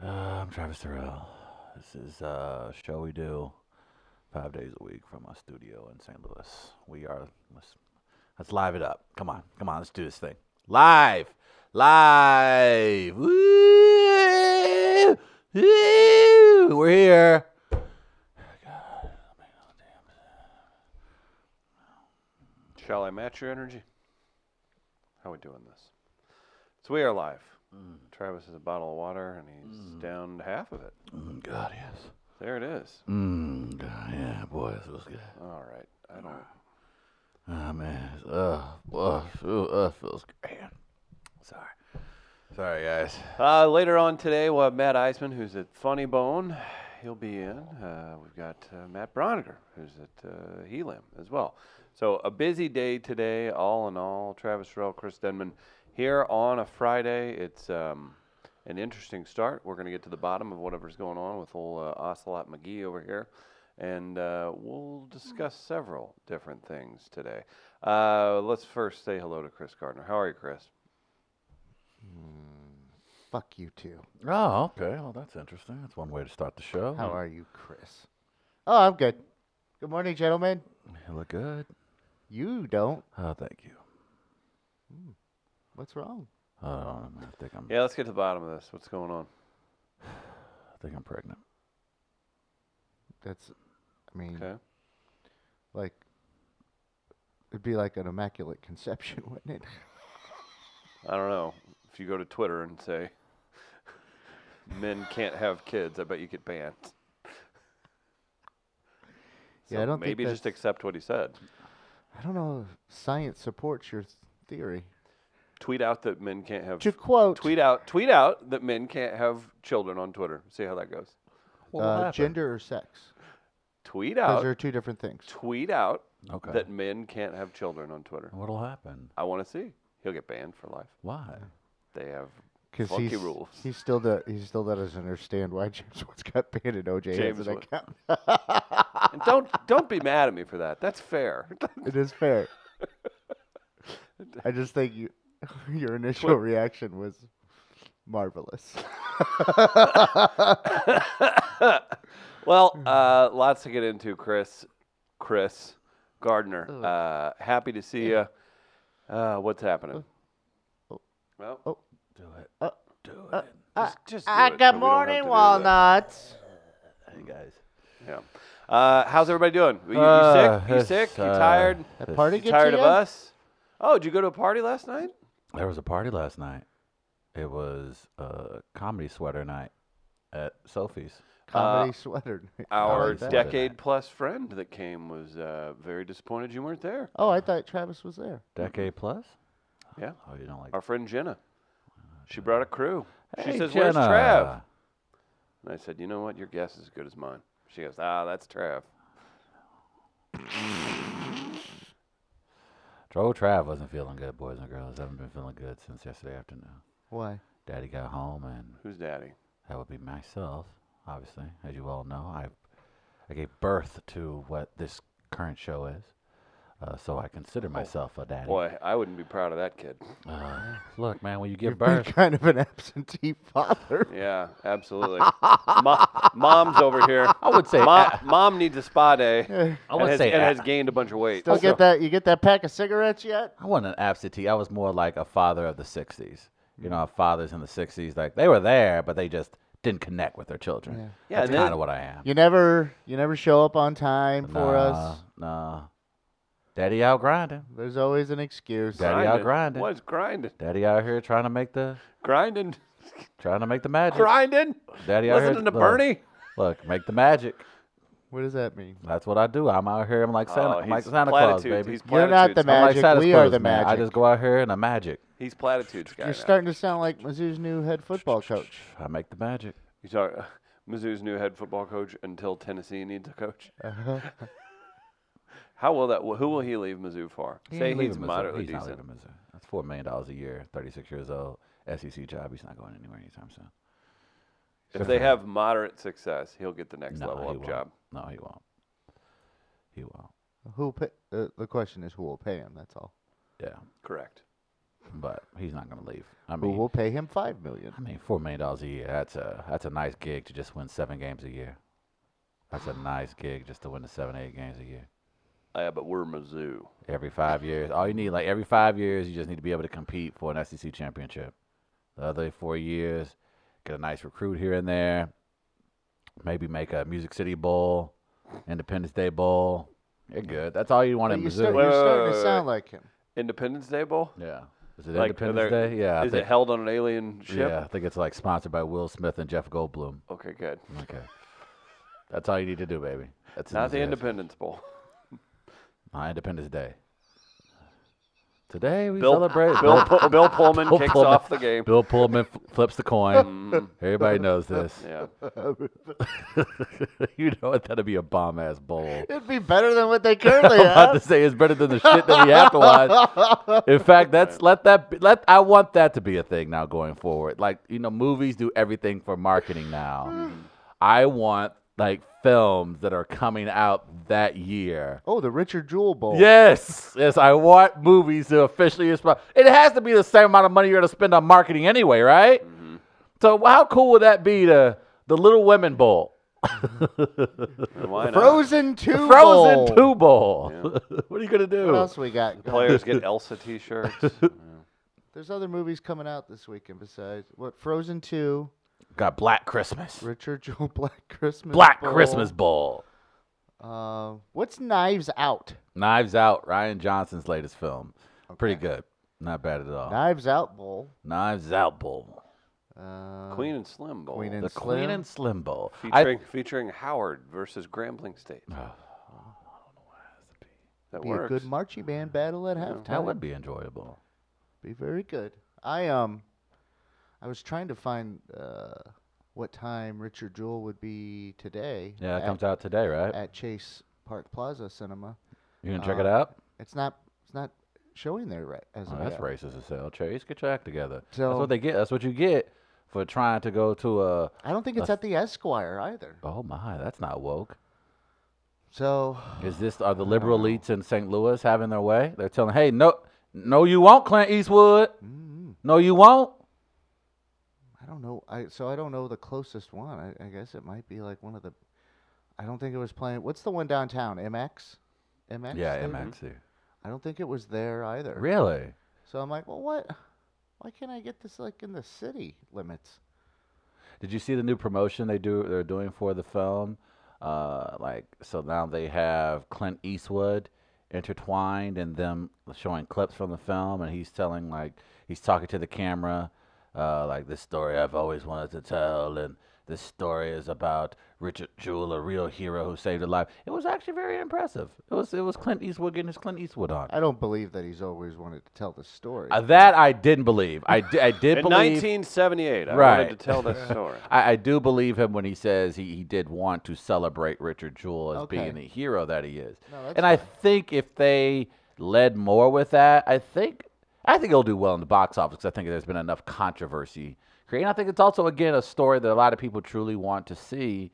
I'm Travis Terrell. This is uh show we do five days a week from my studio in St. Louis. We are let's let's live it up. Come on, come on, let's do this thing. Live, live. Woo! Woo! We're here. Shall I match your energy? How we doing this? So we are live. Travis has a bottle of water and he's down to half of it. Mm, God, yes. There it is. Mm, God, yeah, boy, this was good. All right. I don't. Oh man, it's- uh, uh, ooh, uh, feels grand. Sorry, sorry guys. Uh, later on today, we'll have Matt Eisman, who's at Funny Bone. He'll be in. Uh, we've got uh, Matt Broniger, who's at uh, Helam as well. So a busy day today, all in all. Travis Terrell, Chris Denman here on a Friday. It's um, an interesting start. We're going to get to the bottom of whatever's going on with old uh, Ocelot McGee over here. And uh, we'll discuss several different things today. Uh, let's first say hello to Chris Gardner. How are you, Chris? Fuck you too. Oh, okay. Well, that's interesting. That's one way to start the show. Mm-hmm. How are you, Chris? Oh, I'm good. Good morning, gentlemen. You look good. You don't. Oh, thank you. What's wrong? Hold on, Um, I think I'm. Yeah, let's get to the bottom of this. What's going on? I think I'm pregnant. That's, I mean, Okay. like, it'd be like an immaculate conception, wouldn't it? I don't know. If you go to Twitter and say men can't have kids, I bet you get banned. Yeah, I So don't think maybe just that's- accept what he said. I don't know if science supports your th- theory. Tweet out that men can't have To quote, tweet out tweet out that men can't have children on Twitter. See how that goes. uh, gender or sex? Tweet Those are out two different things. tweet out Okay. that men can't have children on Twitter. What'll happen? I want to see. He'll get banned for life. Why? Hmm. They have Because funky he's rules. he still do, he still doesn't understand why James Woods got banned and OJ James has an Wood. account. and don't don't be mad at me for that. That's fair. It is fair. I just think you, your initial reaction was marvelous. well, Mm-hmm. uh, lots to get into, Chris. Chris Gardner. Uh, happy to see you. Uh, what's happening? Oh. Well, Oh. Do it. Uh, do it. just, just do it so good we don't have to do morning, that. walnuts. hey guys. Yeah. Uh, how's everybody doing? You, you Uh, sick? You it's, sick? You uh, tired? That party You gets tired you? of us? Oh, did you go to a party last night? There was a party last night. It was a comedy sweater night at Sophie's. Comedy sweater. night. Uh, Our like that. decade plus friend that came was uh, very disappointed you weren't there. Oh, I thought Travis was there. Decade Mm-hmm. plus. Yeah. Oh, you don't like. Our friend Jenna. She brought a crew. Hey, she says, Where's Jenna." Trav? And I said, You know what? Your guess is as good as mine. She goes, Ah, that's Trav. Joe Trav wasn't feeling good, boys and girls. Haven't been feeling good since yesterday afternoon. Why? Daddy got home, and Who's daddy? that would be myself, obviously. As you all know, I I gave birth to what this current show is, uh, so I consider myself a daddy. Oh, Boy, I wouldn't be proud of that kid. Uh, look, man, when you give You've been birth, kind of an absentee father. Yeah, absolutely. Mo- mom's over here. I would say Mo- a- mom needs a spa day. I and would has, say and a- has gained a bunch of weight. Still So- get that? You get that pack of cigarettes yet? I wasn't an absentee. I was more like a father of the '60s. You Mm. know, how fathers in the '60s, like they were there, but they just didn't connect with their children. Yeah. Yeah, that's and then- kind of what I am. You never, you never show up on time for Nah, us. nah. Daddy out grinding. There's always an excuse. That- Daddy out grinding. What's grinding? Daddy out here trying to make the Grinding. trying to make the magic. Grinding. Daddy out here Listening to look, Bernie. Look, make the magic. What does that mean? That's what I do. I'm out here. I'm like Santa. Oh, I'm like he's Santa Claus, platitudes, baby. He's You're not the I'm platitudes. like magic, Santa we Claus, are the man. I magic. just go out here and I'm magic. He's platitudes guy. You're now. starting to sound like Mizzou's new head football coach. I make the magic. You talk Mizzou's new head football coach until Tennessee needs a coach. Uh-huh. How will that? Who will he leave Mizzou for? He Say ain't leaving he's Mizzou. moderately he's not decent. leaving Mizzou. That's four million dollars a year. Thirty-six years old. SEC job. He's not going anywhere anytime soon. If they have moderate success, he'll get the next No, level he up won't. job. No, he won't. He won't. Who pay, uh, the question is who will pay him? That's all. Yeah. Correct. but he's not going to leave. I Who mean, will pay him five million? I mean, four million dollars a year—that's a—that's a nice gig to just win seven games a year. That's a nice gig just to win the seven, eight games a year. Uh, Yeah, but we're Mizzou. Every five years, all you need, like every five years, you just need to be able to compete for an SEC championship. The other four years, get a nice recruit here and there. Maybe make a Music City Bowl, Independence Day Bowl. You're good. That's all you want But in you're, Missouri. start, Wait, you're wait, starting wait, to wait, sound like him. Independence Day Bowl? Yeah. Is it Like, are Independence there- Day? Yeah. I Is think, it held on an alien ship? Yeah, I think it's like sponsored by Will Smith and Jeff Goldblum. Okay, good. Okay. That's all you need to do, baby. That's Not the Independence. Independence Bowl. Not Independence Day. Today we Bill, celebrate Bill, Pu- Bill Pullman Bill kicks Pullman. off the game. Bill Pullman f- flips the coin. Everybody knows this. Yeah. you know what? That'd be a bomb ass bowl. It'd be better than what they currently I'm about to have. say it's better than the shit that we have to watch. In fact, that's let that be, let I want that to be a thing now going forward. Like you know, movies do everything for marketing now. I want like films that are coming out that year. Oh, the Richard Jewell Bowl. Yes, yes, I want movies to officially respond. It has to be the same amount of money you're going to spend on marketing anyway, right? Mm-hmm. So how cool would that be to the Little Women Bowl? Why not? Frozen Two. Frozen Bowl. Two Bowl. what are you gonna What do? else we got? going? Players get Elsa T-shirts. There's other movies coming out this weekend besides what Frozen Two, Got Black Christmas. Richard Jewell Black Christmas. Black Bowl. Christmas Bowl. Uh, what's Knives Out? Knives Out. Ryan Johnson's latest film. Pretty good. Not bad at all. Knives Out Bowl. Knives Out Bowl. Uh, Queen and Slim Bowl. Queen and The Queen and Slim Bowl. I- featuring featuring Howard versus Grambling State. Oh. That be works. a good marching band battle at halftime. that would be enjoyable. Be very good. I um, I was trying to find uh, what time Richard Jewell would be today. Yeah, that at, comes out today, right? at Chase Park Plaza Cinema. You gonna check Uh, it out? It's not. It's not showing there right as Oh, of that's yet. racist as hell, Chase. Get your act together. that's So- what they get. That's what you get for trying to go to a. I don't think it's at the Esquire either. Oh my, that's not woke. So Is this are the liberal elites in St. Louis having their way? They're telling, hey, no, no, you won't, Clint Eastwood. mm, No, you won't. I don't know. I so I don't know the closest one. I, I guess it might be like one of the. I don't think it was playing. What's the one downtown? MX. MX. yeah, maybe? MX. here. I don't think it was there either. Really? So I'm like, well, what? Why can't I get this like in the city limits? Did you see the new promotion they do? They're doing for the film. Uh, like so now they have Clint Eastwood intertwined and them showing clips from the film, and he's telling like he's talking to the camera, uh, like this story I've always wanted to tell, and this story is about Richard Jewell, a real hero who saved a life. It was actually very impressive. It was it was Clint Eastwood getting his Clint Eastwood on. I don't believe that he's always wanted to tell the story. Uh, that I didn't believe. I, di- I did In believe. 1978, I Right. wanted to tell this story. I, I do believe him when he says he, he did want to celebrate Richard Jewell as Okay. being the hero that he is. No, that's and I fine. think if they led more with that, I think I think it'll do well in the box office. 'cause I think there's been enough controversy created. I think it's also again a story that a lot of people truly want to see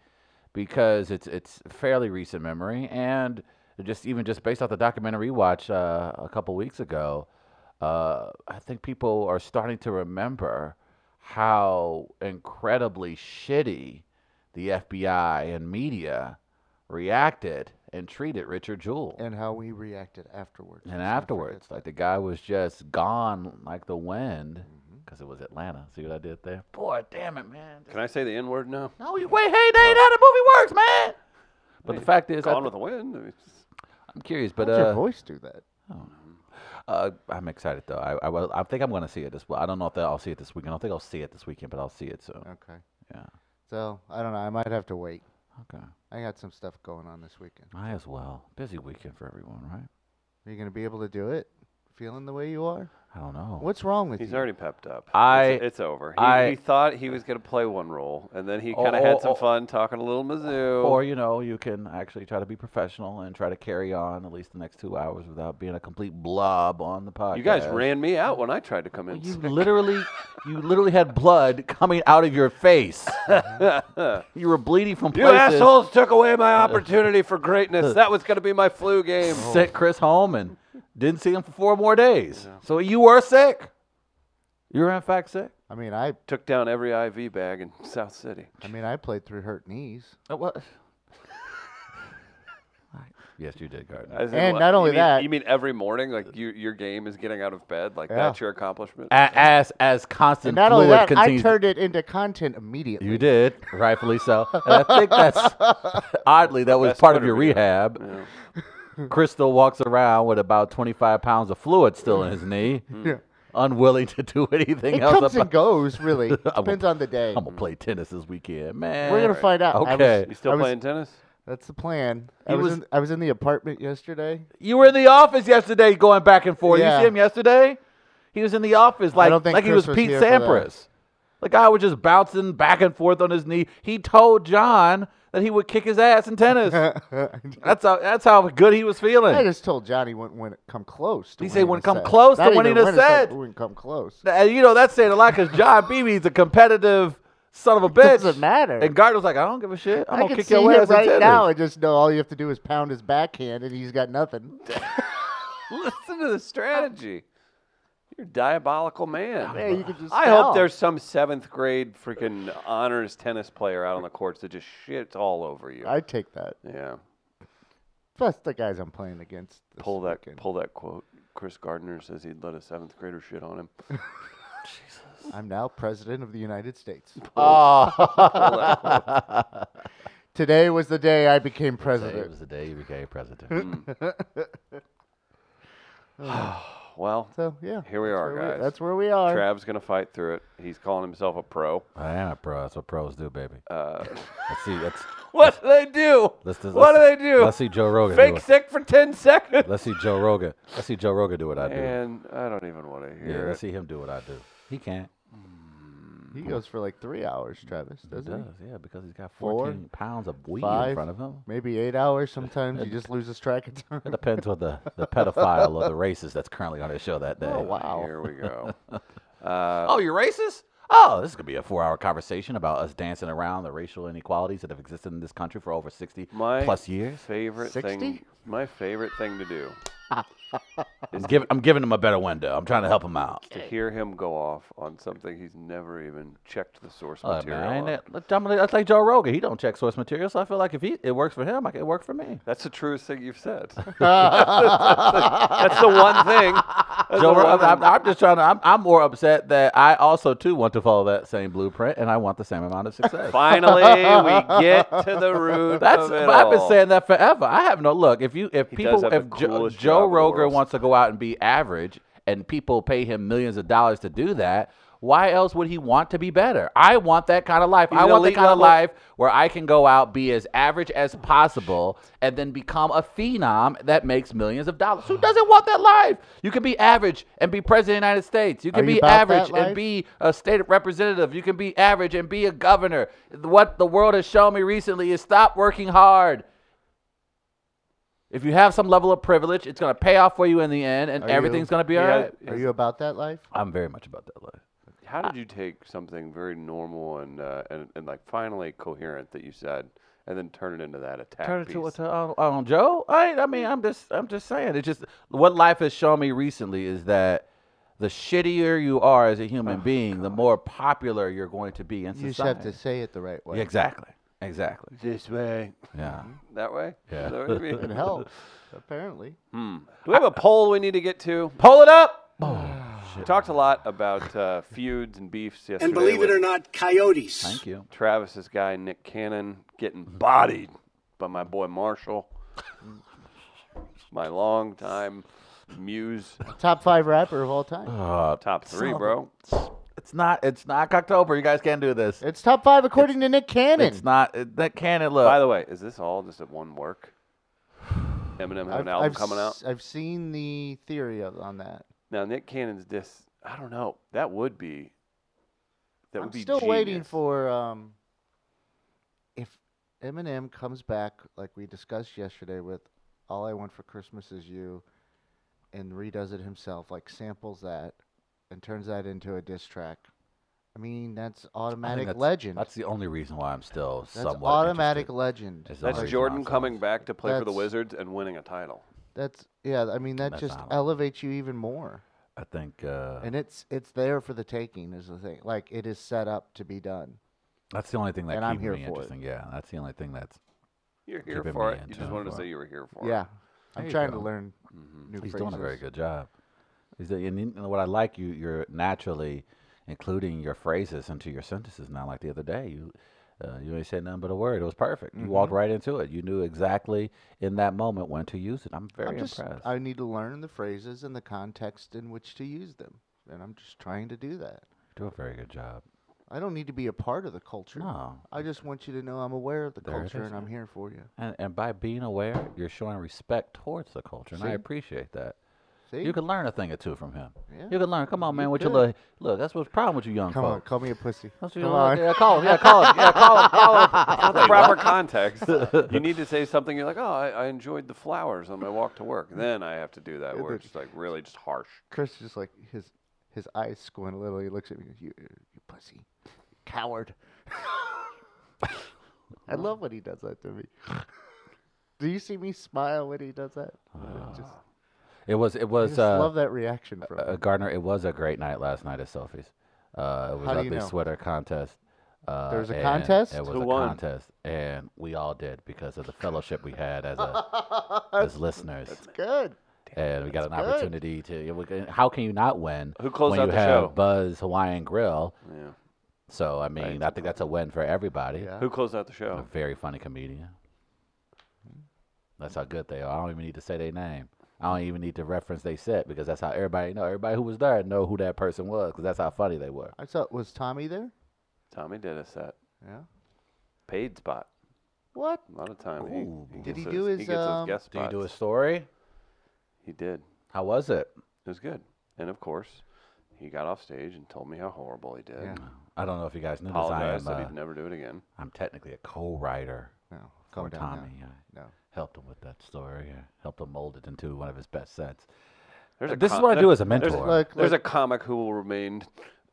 because it's it's fairly recent memory and just even just based off the documentary we watched uh, a couple weeks ago, uh, I think people are starting to remember how incredibly shitty the FBI and media reacted and treated Richard Jewell. and how we reacted afterwards. And Let's not afterwards, forget like the guy was just gone like the wind because it was Atlanta. See what I did there? Boy, damn it, man. Can I say the N word now? No, you, wait, hey, Dave, how the movie works, man. But the Hey, fact is, I Gone th- with the Wind. I mean, it's- I'm curious, that. but How'd your uh, voice do that? uh, I'm excited though. I, I, will- I think I'm gonna see it this. Well, I don't know if I'll see it this weekend. I don't think I'll see it this weekend, but I'll see it soon. Okay. Yeah. So I don't know. I might have to wait. Okay. I got some stuff going on this weekend. I as well. Busy weekend for everyone, right? Are you gonna be able to do it? Feeling the way you are? I don't know. What's wrong with He's you? already pepped up. I- it's, it's over. He, I- he thought he was going to play one role, and then he Oh, kind of oh, had some oh. fun talking a little Mizzou. Or you know, you can actually try to be professional and try to carry on at least the next two hours without being a complete blob on the podcast. you guys ran me out when I tried to come in. You literally, you literally had blood coming out of your face. you were bleeding from You places. assholes took away my opportunity for greatness. That was going to be my flu game. Oh. Sent Chris home and didn't see him for four more days. So you were sick. You were in fact sick. I mean, I Took down every IV bag in South City. I mean, I played through hurt knees. It was. yes, you did, Gardner. As in, And what, not only you mean, that- you mean every morning, like you, your game is getting out of bed, like Yeah. that's your accomplishment. A- as as constant And not only fluid that, I continues. turned it into content immediately. you did, rightfully so. And I think that's oddly that was Best part of Twitter your video. rehab. Yeah. Crystal walks around with about 25 pounds of fluid still in his Mm-hmm. knee, Yeah. unwilling to do anything It else. comes and about- goes, really. gonna- Depends on the day. I'm gonna play tennis this weekend, man. We're gonna find out. I was- Okay, You still I was- playing tennis? That's the plan. I He was, was- in, I was in the apartment yesterday. you were in the office yesterday, going back and forth. Yeah. You see him yesterday? He was in the office, like don't think like he Chris was was Pete here for that. Sampras. The guy was just bouncing back and forth on his knee. He told John that he would kick his ass in tennis. that's how that's how good he was feeling. I just told Johnny wouldn't win, come close. To He said winning wouldn't a come set. close to Not winning even a win set, set. but Wouldn't come close. And you know that's saying a lot because John Beebe's a competitive son of a bitch. doesn't matter. And Gardner's like, I don't give a shit. I'm I gonna can kick see your him ass in right tennis." now and just know all you have to do is pound his backhand and he's got nothing. Listen to the strategy. You're a diabolical man. Yeah, you could just I tell. hope there's some seventh grade freaking honors tennis player out on the courts that just shits all over you. I'd take that. yeah, Plus the guys I'm playing against. this pull that weekend. pull that quote. Chris Gardner says he'd let a seventh grader shit on him. I'm now president of the United States. Oh. Today was the day I became Today president. was the day you became president. Well, So yeah, Here we that's are, where guys. that's where we are. Trav's gonna fight through it. He's calling himself a pro. I am a pro. That's what pros do, baby. Uh, Let's see. Let's, what do they do? let's, let's, what do they let's- do? Let's see Joe Rogan. Fake do it. sick for ten seconds. Let's see Joe Rogan. Let's see Joe Rogan do what I do. And I don't even want to yeah, hear let's it. see him do what I do. He can't. He goes for like three hours, Travis. He Doesn't he? does, yeah, because he's got Four, 14 pounds of weed in five. front of him. Maybe eight hours. Sometimes he just loses track of It time. depends on the, the pedophile or the racist that's currently on his show that day. Oh wow! Here we go. Uh, Oh, you're racist? Oh, this is gonna be a four-hour conversation about us dancing around the racial inequalities that have existed in this country for over sixty My plus years. favorite 60? thing. My favorite thing to do I'm, giv I'm giving him a better window. I'm trying to help him out. to hear him go off on something he's never even checked the source Look, material. Oh, man, on. that- look, I'm like- that's like Joe Rogan. He don't check source material, so I feel like if he it works for him, like it worked for me. That's the truest thing you've said. that's, the one thing. that's Joe, the Rogan, one I'm, thing- I'm just trying to. I'm, I'm more upset that I also too want to follow that same blueprint, and I want the same amount of success. Finally, we get to the root That's of it but I've been all. saying that forever. I have no look. If you if He does people have if the jo- coolest Joe job in the Rogan world. wants to go out and be average and people pay him millions of dollars to do that, why else would he want to be better? I want that kind of life. He's I an want the elite kind of level- life where I can go out be as average as possible and then become a phenom that makes millions of dollars. Who doesn't want that life? You can be average and be president of the United States. You can you be about that average and life? be be a state representative. You can be average and be a governor. What the world has shown me recently is stop working hard. If you have some level of privilege, it's going to pay off for you in the end, and Are everything's you- going to be He all has- right. Are you about that life? I'm very much about that life. How did you take something very normal and, uh, and and like finally coherent that you said, and then turn it into that attack? Turn it to, piece? to on, on Joe. I I mean I'm just I'm just saying it's just what life has shown me recently is that the shittier you are as a human being, the more popular you're going to be in Oh You just have society. to say it the right way. Exactly. Exactly. this way, Yeah. that way. Yeah. Is that what you mean? It helps, apparently. Hmm. Do we have a poll we need to get to? Pull it up. Oh, Oh, We talked a lot about uh, feuds and beefs yesterday. And believe it with or not, coyotes. Thank you. Travis's guy Nick Cannon getting bodied by my boy Marshall, my longtime muse, Top five rapper of all time. top Son three, of a- bro. It's not. It's not October. You guys can't do this. It's top five according to Nick Cannon. It's not it, that cannon. Look, By the way, is this all just at one work? Eminem have an album coming out. s- I've seen the theory of, on that. Now Nick Cannon's this I don't know. That would be that I'm would be still waiting genius. for um, if Eminem comes back, like we discussed yesterday, with "All I Want for Christmas Is You," and redoes it himself, like samples that and turns that into a diss track. I mean, that's I think automatic that's- legend. That's the only reason why I'm still That's somewhat automatic interested. legend. It's That's Sorry, Jordan Johnson. coming back to play for the That's- Wizards and winning a title. That's yeah. I mean, that That's just not- elevates you even more. I think uh, and it's it's there for the taking is the thing like it is set up to be done that's the only thing that and I'm keeps here me for it. interesting. Yeah, that's the only thing that's. You're here Keeping for me it. in You just tune wanted to for say it. you were here for yeah it. There i'm you trying go. Mm-hmm. to learn Mhm. new He's phrases. doing a very good job. He's doing, and, you- what I like you you're naturally including your phrases into your sentences now. Like the other day, you uh, you ain't said nothing but a word. It was perfect. You Mm-hmm. walked right into it. You knew exactly in that moment when to use it. I'm very I'm just, impressed. I need to learn the phrases and the context in which to use them, and I'm just trying to do that. you do a very good job. I don't need to be a part of the culture. No, I just want you to know I'm aware of the There it culture is, and I'm here for you. and and by being aware, you're showing respect towards the culture, and I See? appreciate that. See? You can learn a thing or two from him. Yeah. You can learn. Come on, You man, with could. your little look. That's what's the problem with you young Come on, folks. call me a pussy. That's what Come you- on. Yeah, call him. Yeah, call him. Yeah, call him. Call him. For the proper context, you need to say something. You're like, oh, I, I enjoyed the flowers on my walk to work. Then I have to do that Yeah, where but- it's just like really just harsh. Chris is just like his his eyes squint a little. He looks at me. You, you pussy, coward. I love when he does that to me. Do you see me smile when he does that? I just, It was. It I was. just uh, love that reaction from uh, him. Gardner, it was a great night last night at Sophie's. Uh, it was How do you ugly know? sweater contest. Uh, There was a and contest? It was Who a won? contest, and we all did because of the fellowship we had as a, as listeners, It's good. and we got an good. opportunity to. yeah, we can- How can you not win? Who closed when out you the have show? Buzz Hawaiian Grill. Yeah. So I mean, I think that's a win for everybody. Yeah. Who closed out the A show? very funny comedian. That's how good they are. I don't even need to say their name. I don't even need to reference they set because that's how everybody know. Everybody who was there know who that person was because that's how funny they were. I saw. Was Tommy there? Tommy did a set. Yeah. Paid spot. What? A lot of time. Ooh. He, he Did gets he his, do He his, gets um, his guest Do you spots. do a story? He did. How was it? It was good. And of course, he got off stage and told me how horrible he did. Yeah. I don't know if you guys knew this. I Apologized am, that uh, he'd never do it again. I'm technically a co-writer No. for Calm down. now. Tommy. I No. helped him with that story. I helped him mold it into one of his best sets. There's This is com- what I there- do as a there's- mentor. Look, There's a look, comic who will remain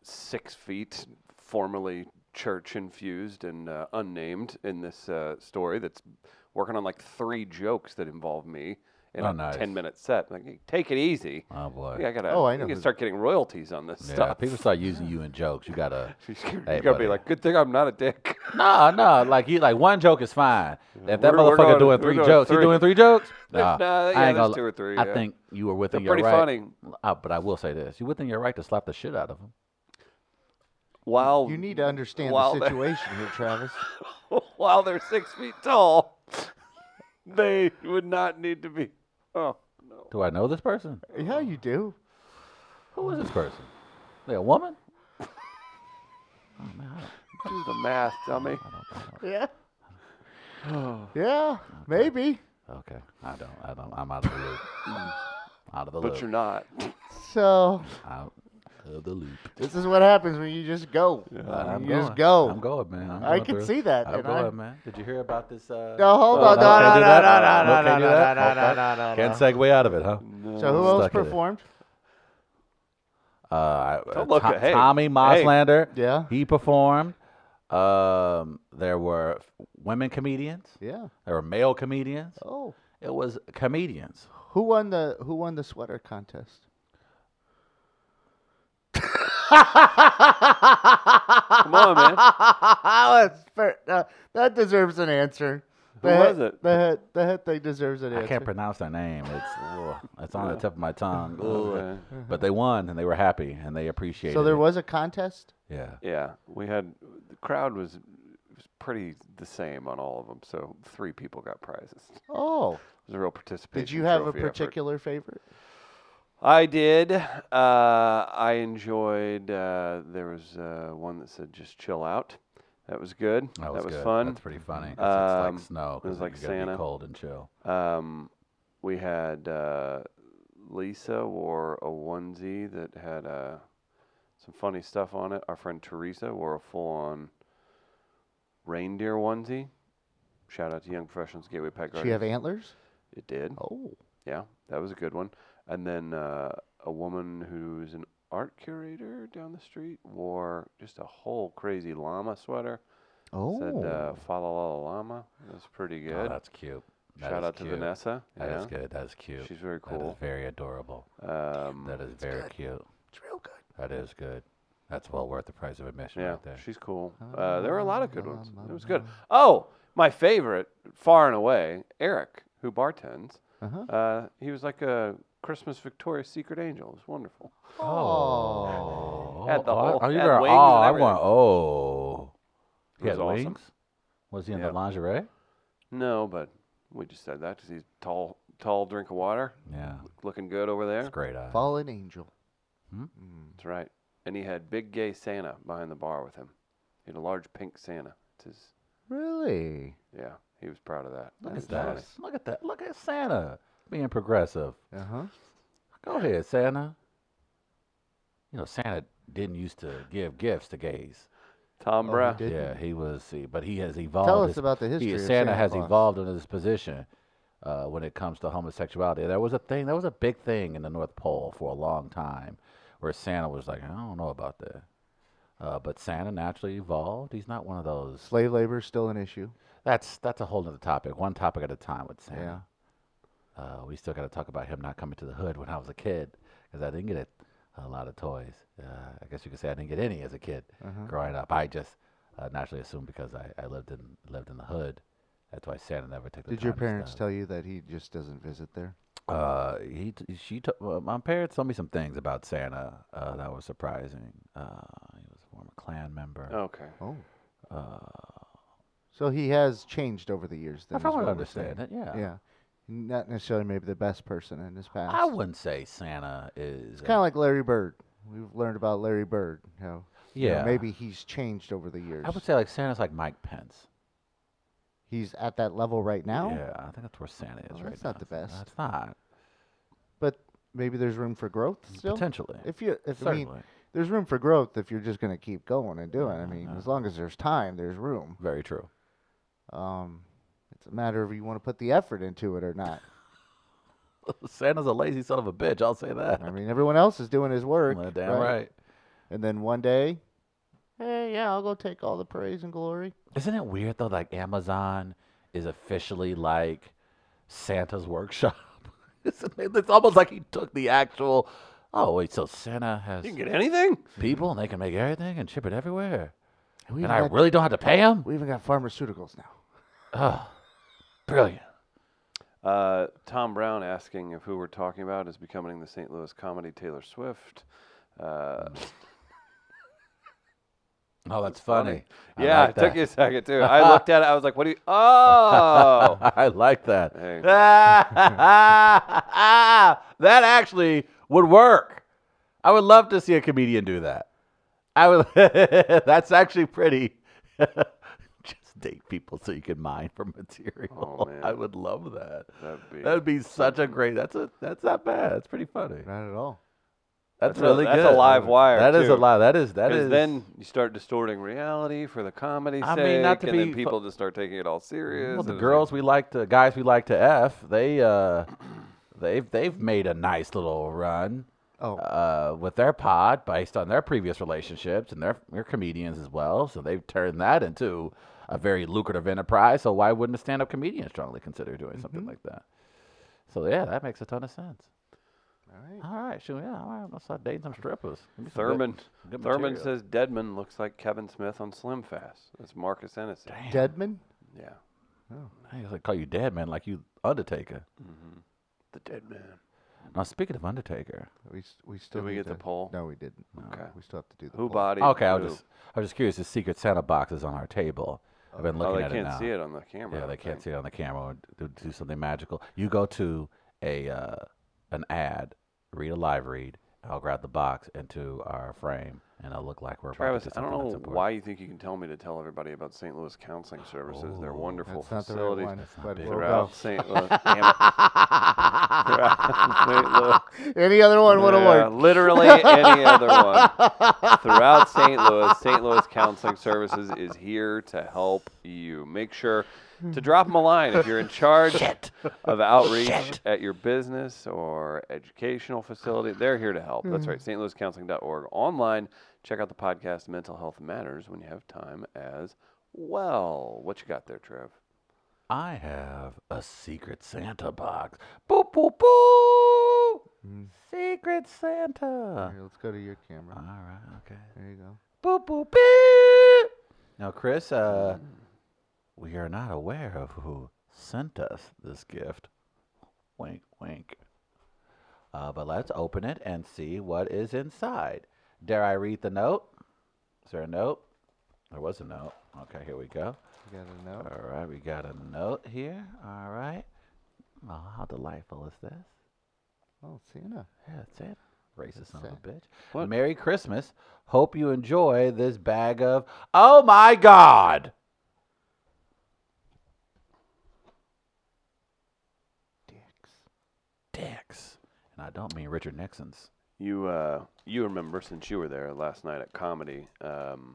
six feet, formerly church infused and uh, unnamed in this uh, story that's working on like three jokes that involve me in Oh, a nice. 10 minute set. Like, "Hey, take it easy. Oh boy. I gotta, Oh, I I know gotta who- start getting royalties on this Yeah, stuff. people start using you in jokes. You gotta. She's gonna, Hey, you gotta buddy. be like, good thing I'm not a dick. No, no, like you, like one joke is fine. If that We're- we're motherfucker going- doing we're three going jokes, he three. doing three jokes. Nah, I yeah, ain't there's gonna- two or three, I yeah. think you were within They're your pretty right. funny. Uh, but I will say this: you within your right to slap the shit out of him. While you need to understand while the they're- situation here, Travis. while they're six feet tall, they would not need to be. Oh no! Do I know this person? yeah, you do. Who is this person? They a woman? oh man, I don't, Do the math, dummy. I don't, I don't. Yeah. yeah. Maybe. Okay, I don't, I don't. I'm out of the loop. out of the But loop. you're not. So Out of the loop. this is what happens when you just go. I'm you going. just go. I'm going, man. I'm I going can through. see that, I'm and I- going, man. Did you hear about this? Uh, No, hold Oh, on. No, can't no, do no, that? no, no, No, no, can't no, do that? no, no, Okay. no, no, no. Can't segue out of it, huh? So who else Stuck in it. performed? Uh, I- uh, Don't look Tom- at- hey, Tommy hey. Moslander. Yeah. He performed. Um, there were f- women comedians. Yeah. There were male comedians. Oh. It was comedians. Who won the Who won the sweater contest? Come on, man. That's fair. Uh, that deserves an answer. Who The was hit- it? The hit, the hit thing deserves an answer. I can't pronounce their name. It's ugh, it's on the tip of my tongue. Ugh. Okay. But they won and they were happy and they appreciated. so there it. was a contest. Yeah. Yeah, we had the crowd was was pretty the same on all of them. So three people got prizes. It Oh, was a real participation. did you have a trophy effort. particular favorite? I did. Uh, I enjoyed. Uh, there was uh, one that said "just chill out." That was good. That was, good. fun. That's pretty funny. 'cause Um, it's like snow. it was 'cause like you gotta be Santa. cold and chill. Um, we had uh, Lisa wore a onesie that had uh, some funny stuff on it. Our friend Teresa wore a full-on reindeer onesie. Shout out to Young Professionals Gateway Pet Do Garden. you have antlers? It did. Oh, Yeah, that was a good one. And then uh, a woman who's an art curator down the street wore just a whole crazy llama sweater. uh, oh. Said uh, "Fa la la la llama." That was pretty Oh, good. that's cute. That Shout is out to cute. Vanessa. That is yeah. good. That is cute. She's very That is cool. very adorable. Um, That is very good. cute. It's real good. That is good. That's well worth the price of admission yeah, right there. Ah, she's cool. Uh, there were a lot of good ones. It was good. Um, Oh, my favorite, far and away, Eric, who bartends. Uh-huh. Uh, he was like a Christmas Victoria's Secret Angel. It was wonderful. Oh. Had the oh, I- whole- oh, you had were- wings and oh, I'm going, everything. oh. It He was had awesome. wings? Was he in Yeah. the lingerie? No, but we just said that because he's tall, tall drink of water, Yeah. looking good over there. It's great uh, eyes. Fallen Angel. Hmm? Mm. That's right. And he had big gay Santa behind the bar with him. He had a large pink Santa. It's his, Really? yeah, he was proud of that. Look It at was funny. that. Look at that. Look at Santa being progressive. Uh huh. Go ahead, Santa. You know, Santa didn't used to give gifts to gays. Tom Oh, he Brown. did. Yeah, Didn't. he was, see, but he has evolved. Tell us his- about the he- history. of Santa, has Claus. evolved into this position uh, when it comes to homosexuality. There was a thing, that was a big thing in the North Pole for a long time where Santa was like, I don't know about that. Uh, but Santa naturally evolved. He's not one of those. Slave labor is still an issue. That's that's a whole other topic. One topic at a time with Santa. Yeah. Uh, we still got to talk about him not coming to the hood when I was a kid because I didn't get a, a lot of toys. Uh, I guess you could say I didn't get any as a kid Uh-huh. growing up. I just uh, naturally assumed because I, I lived in lived in the hood. That's why Santa never took the Did time your to parents stop. tell you that he just doesn't visit there? Uh, he t- she t- well, my parents told me some things about Santa uh, that was surprising. Uh, he was a former Klan member. Okay. Oh. Uh, So he has changed over the years. Then I is probably what we're understand saying. it. Yeah. Yeah. Not necessarily maybe the best person in his past. I wouldn't say Santa is It's kind of like Larry Bird. We've learned about Larry Bird. How you know, yeah. maybe he's changed over the years. I would say like Santa's like Mike Pence. he's at that level right now. Yeah, I think that's where Santa is Well, right that's not now. the best. It's not But maybe there's room for growth still. potentially. If you, if I Mm, mean, Certainly, there's room for growth if you're just going to keep going and doing. I Yeah, mean, yeah. as long as there's time, there's room. very true. Um, it's a matter of you want to put the effort into it or not. Santa's a lazy son of a bitch. I'll say that. I mean, everyone else is doing his work. Well, damn right. And then one day, hey, yeah, I'll go take all the praise and glory. Isn't it weird though? Like Amazon is officially like Santa's workshop. Isn't it? It's almost like he took the actual. Oh wait, so Santa has You can get anything? people and they can make everything and ship it everywhere, and We even, I got, really don't have to pay him. we even got pharmaceuticals now. Oh, brilliant. Uh, Tom Brown asking if who we're talking about is becoming the St. Louis comedy Taylor Swift. Uh, Oh, that's funny. funny. Mm, I yeah, like it took that. you a second too. I looked at it. I was like, "What do you?" Oh, I like that. Hey. that actually would work. I would love to see a comedian do that. I would. that's actually pretty. Just date people so you can mine for material. Oh, man. I would love that. that'd be, That would be such a great. That's a. That's not bad. That's pretty funny. Not at all. That's, That's a- really that's a good. live wire, That is a too. live. That is that 'cause is. then you start distorting reality for the comedy I sake, mean, not to and then be fu- people just start taking it all serious. Well, the and it's like, girls we like to, guys we like to f, they uh, they've they've made a nice little run Oh, uh, with their pod based on their previous relationships, and they're, they're comedians as well, so they've turned that into a very lucrative enterprise. So why wouldn't a stand-up comedian strongly consider doing Mm-hmm. something like that? So yeah, that makes a ton of sense. all right. All right, sure, yeah, all right, let's start dating some strippers. Give me some good- Thurman, good Thurman material. says Deadman looks like Kevin Smith on Slim Fast. That's Marcus Ennis. Damn, Deadman? Yeah, I was like, call you dead man, like you Undertaker. the dead man. Now speaking of Undertaker. We, s- we still we need get the to- poll? No, we didn't. Okay. We still have to do the Who poll. body? Okay, I who? was just I was just curious. The secret Santa box is on our table. I've been Oh, looking they at can't it now. see it on the camera. Yeah, I they think. can't see it on the camera. Do, do something magical. You go to a uh, an ad, read a live read. and I'll grab the box into our frame, and I'll look like we're Travis, about to I do don't something that's know important. why you think you can tell me to tell everybody about St. Louis Counseling Services. They're Oh, wonderful That's not the right facilities one. That's not But big. we'll go. throughout St. Louis. Damn it. Throughout St. Louis. Any other one would have Yeah, worked. Literally any other one. Throughout St. Louis, St. Louis Counseling Services is here to help you. Make sure to drop them a line if you're in charge of outreach at your business or educational facility. They're here to help. That's right, Mm. stlouiscounseling.org. Online, check out the podcast Mental Health Matters when you have time as well. What you got there, Trev? I have a secret Santa box. Boop, boop, boop. Hmm. Mhm. Secret Santa. Here, let's go to your All camera. right, okay. There you go. Boop, boop, beep. Now, Chris, uh, we are not aware of who sent us this gift. Wink, wink. Uh, but let's open it and see what is inside. Dare I read the note? Is there a note? There was a note. Okay, here we go. You got a note. All right, we got a note here. All right. Oh, how delightful is this? Oh, Santa. Yeah, that's it. Racist son of a bitch. What? Merry Christmas. Hope you enjoy this bag of. Oh my God! Dicks. Dicks. And I don't mean Richard Nixon's. You uh, you remember since you were there last night at comedy, um,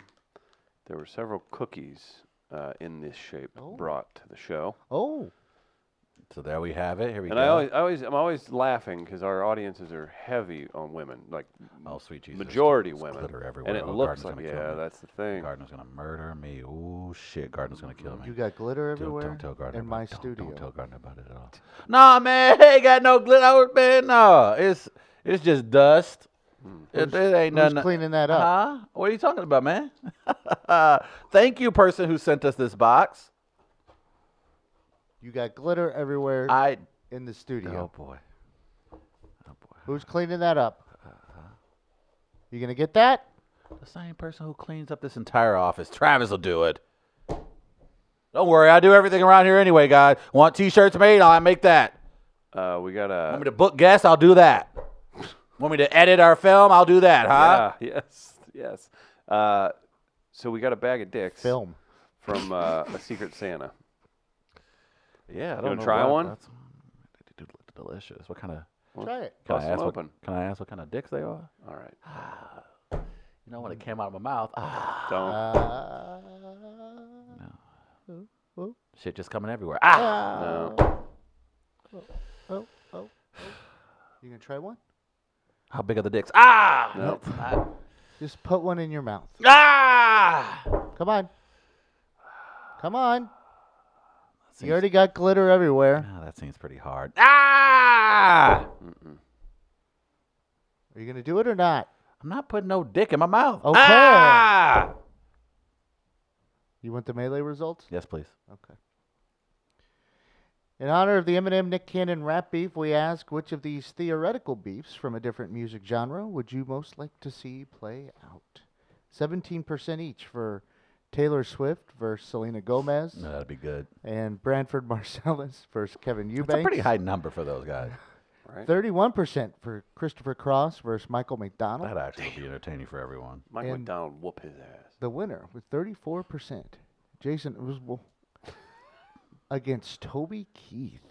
there were several cookies uh, in this shape Oh. brought to the show, Oh, So there we have it. Here we and go. I always, I always I'm always laughing because our audiences are heavy on women, like oh, sweet Jesus. majority There's women, Glitter everywhere. and it oh, looks Gardner's like gonna yeah, kill me. that's the thing. Gardner's going to murder me. Ooh, shit. Gardner's going to kill me. you got glitter Don't- everywhere Don't, tell Gardner. in about my it. Don't- studio. Don't tell Gardner about it at all. Nah, man, ain't got no glitter, Oh, man. No, it's it's just dust. Hmm. It, it ain't Who's nothing. cleaning that up? Huh? What are you talking about, man? Thank you, person who sent us this box. You got glitter everywhere I. in the Oh studio. boy. Oh boy. Who's cleaning that up? Uh-huh. You gonna get that? The same person who cleans up this entire office. Travis will do it. Don't worry, I do everything around here anyway, guys. Want t-shirts made? I'll make that. Uh, we got Want me a to book guests? I'll do that. Want me to edit our film? I'll do that, huh? yeah, yes, yes. Uh, so we got a bag of dicks Film. from uh, a Secret Santa. Yeah, I wanna try what- one? That's, they do look delicious. What kind of? Try it. Can Bust I them ask what, open. Can I ask what kind of dicks they are? All right, You know when it Mm. came out of my mouth. Ah, don't. Uh, shit just coming everywhere. Ah. no. oh, oh, oh. You gonna try one? How big are the dicks? Ah! Nope. I- Just put one in your mouth. ah! Come on. Come on. Seems- You already got glitter everywhere. Ah, that seems pretty hard. Ah! Are you gonna do it or not? I'm not putting no dick in my mouth. Okay. Ah! You want the melee results? Yes, please. Okay. In honor of the Eminem Nick Cannon rap beef, we ask which of these theoretical beefs from a different music genre would you most like to see play out? 17% each for Taylor Swift versus Selena Gomez No, that'd be good. and Branford Marcellus versus Kevin Eubanks. It's a pretty high number for those guys. Right. 31% for Christopher Cross versus Michael McDonald. That actually would be entertaining for everyone. Mike And- McDonald whoop his ass. The winner with 34%, Jason Usbel against Toby Keith.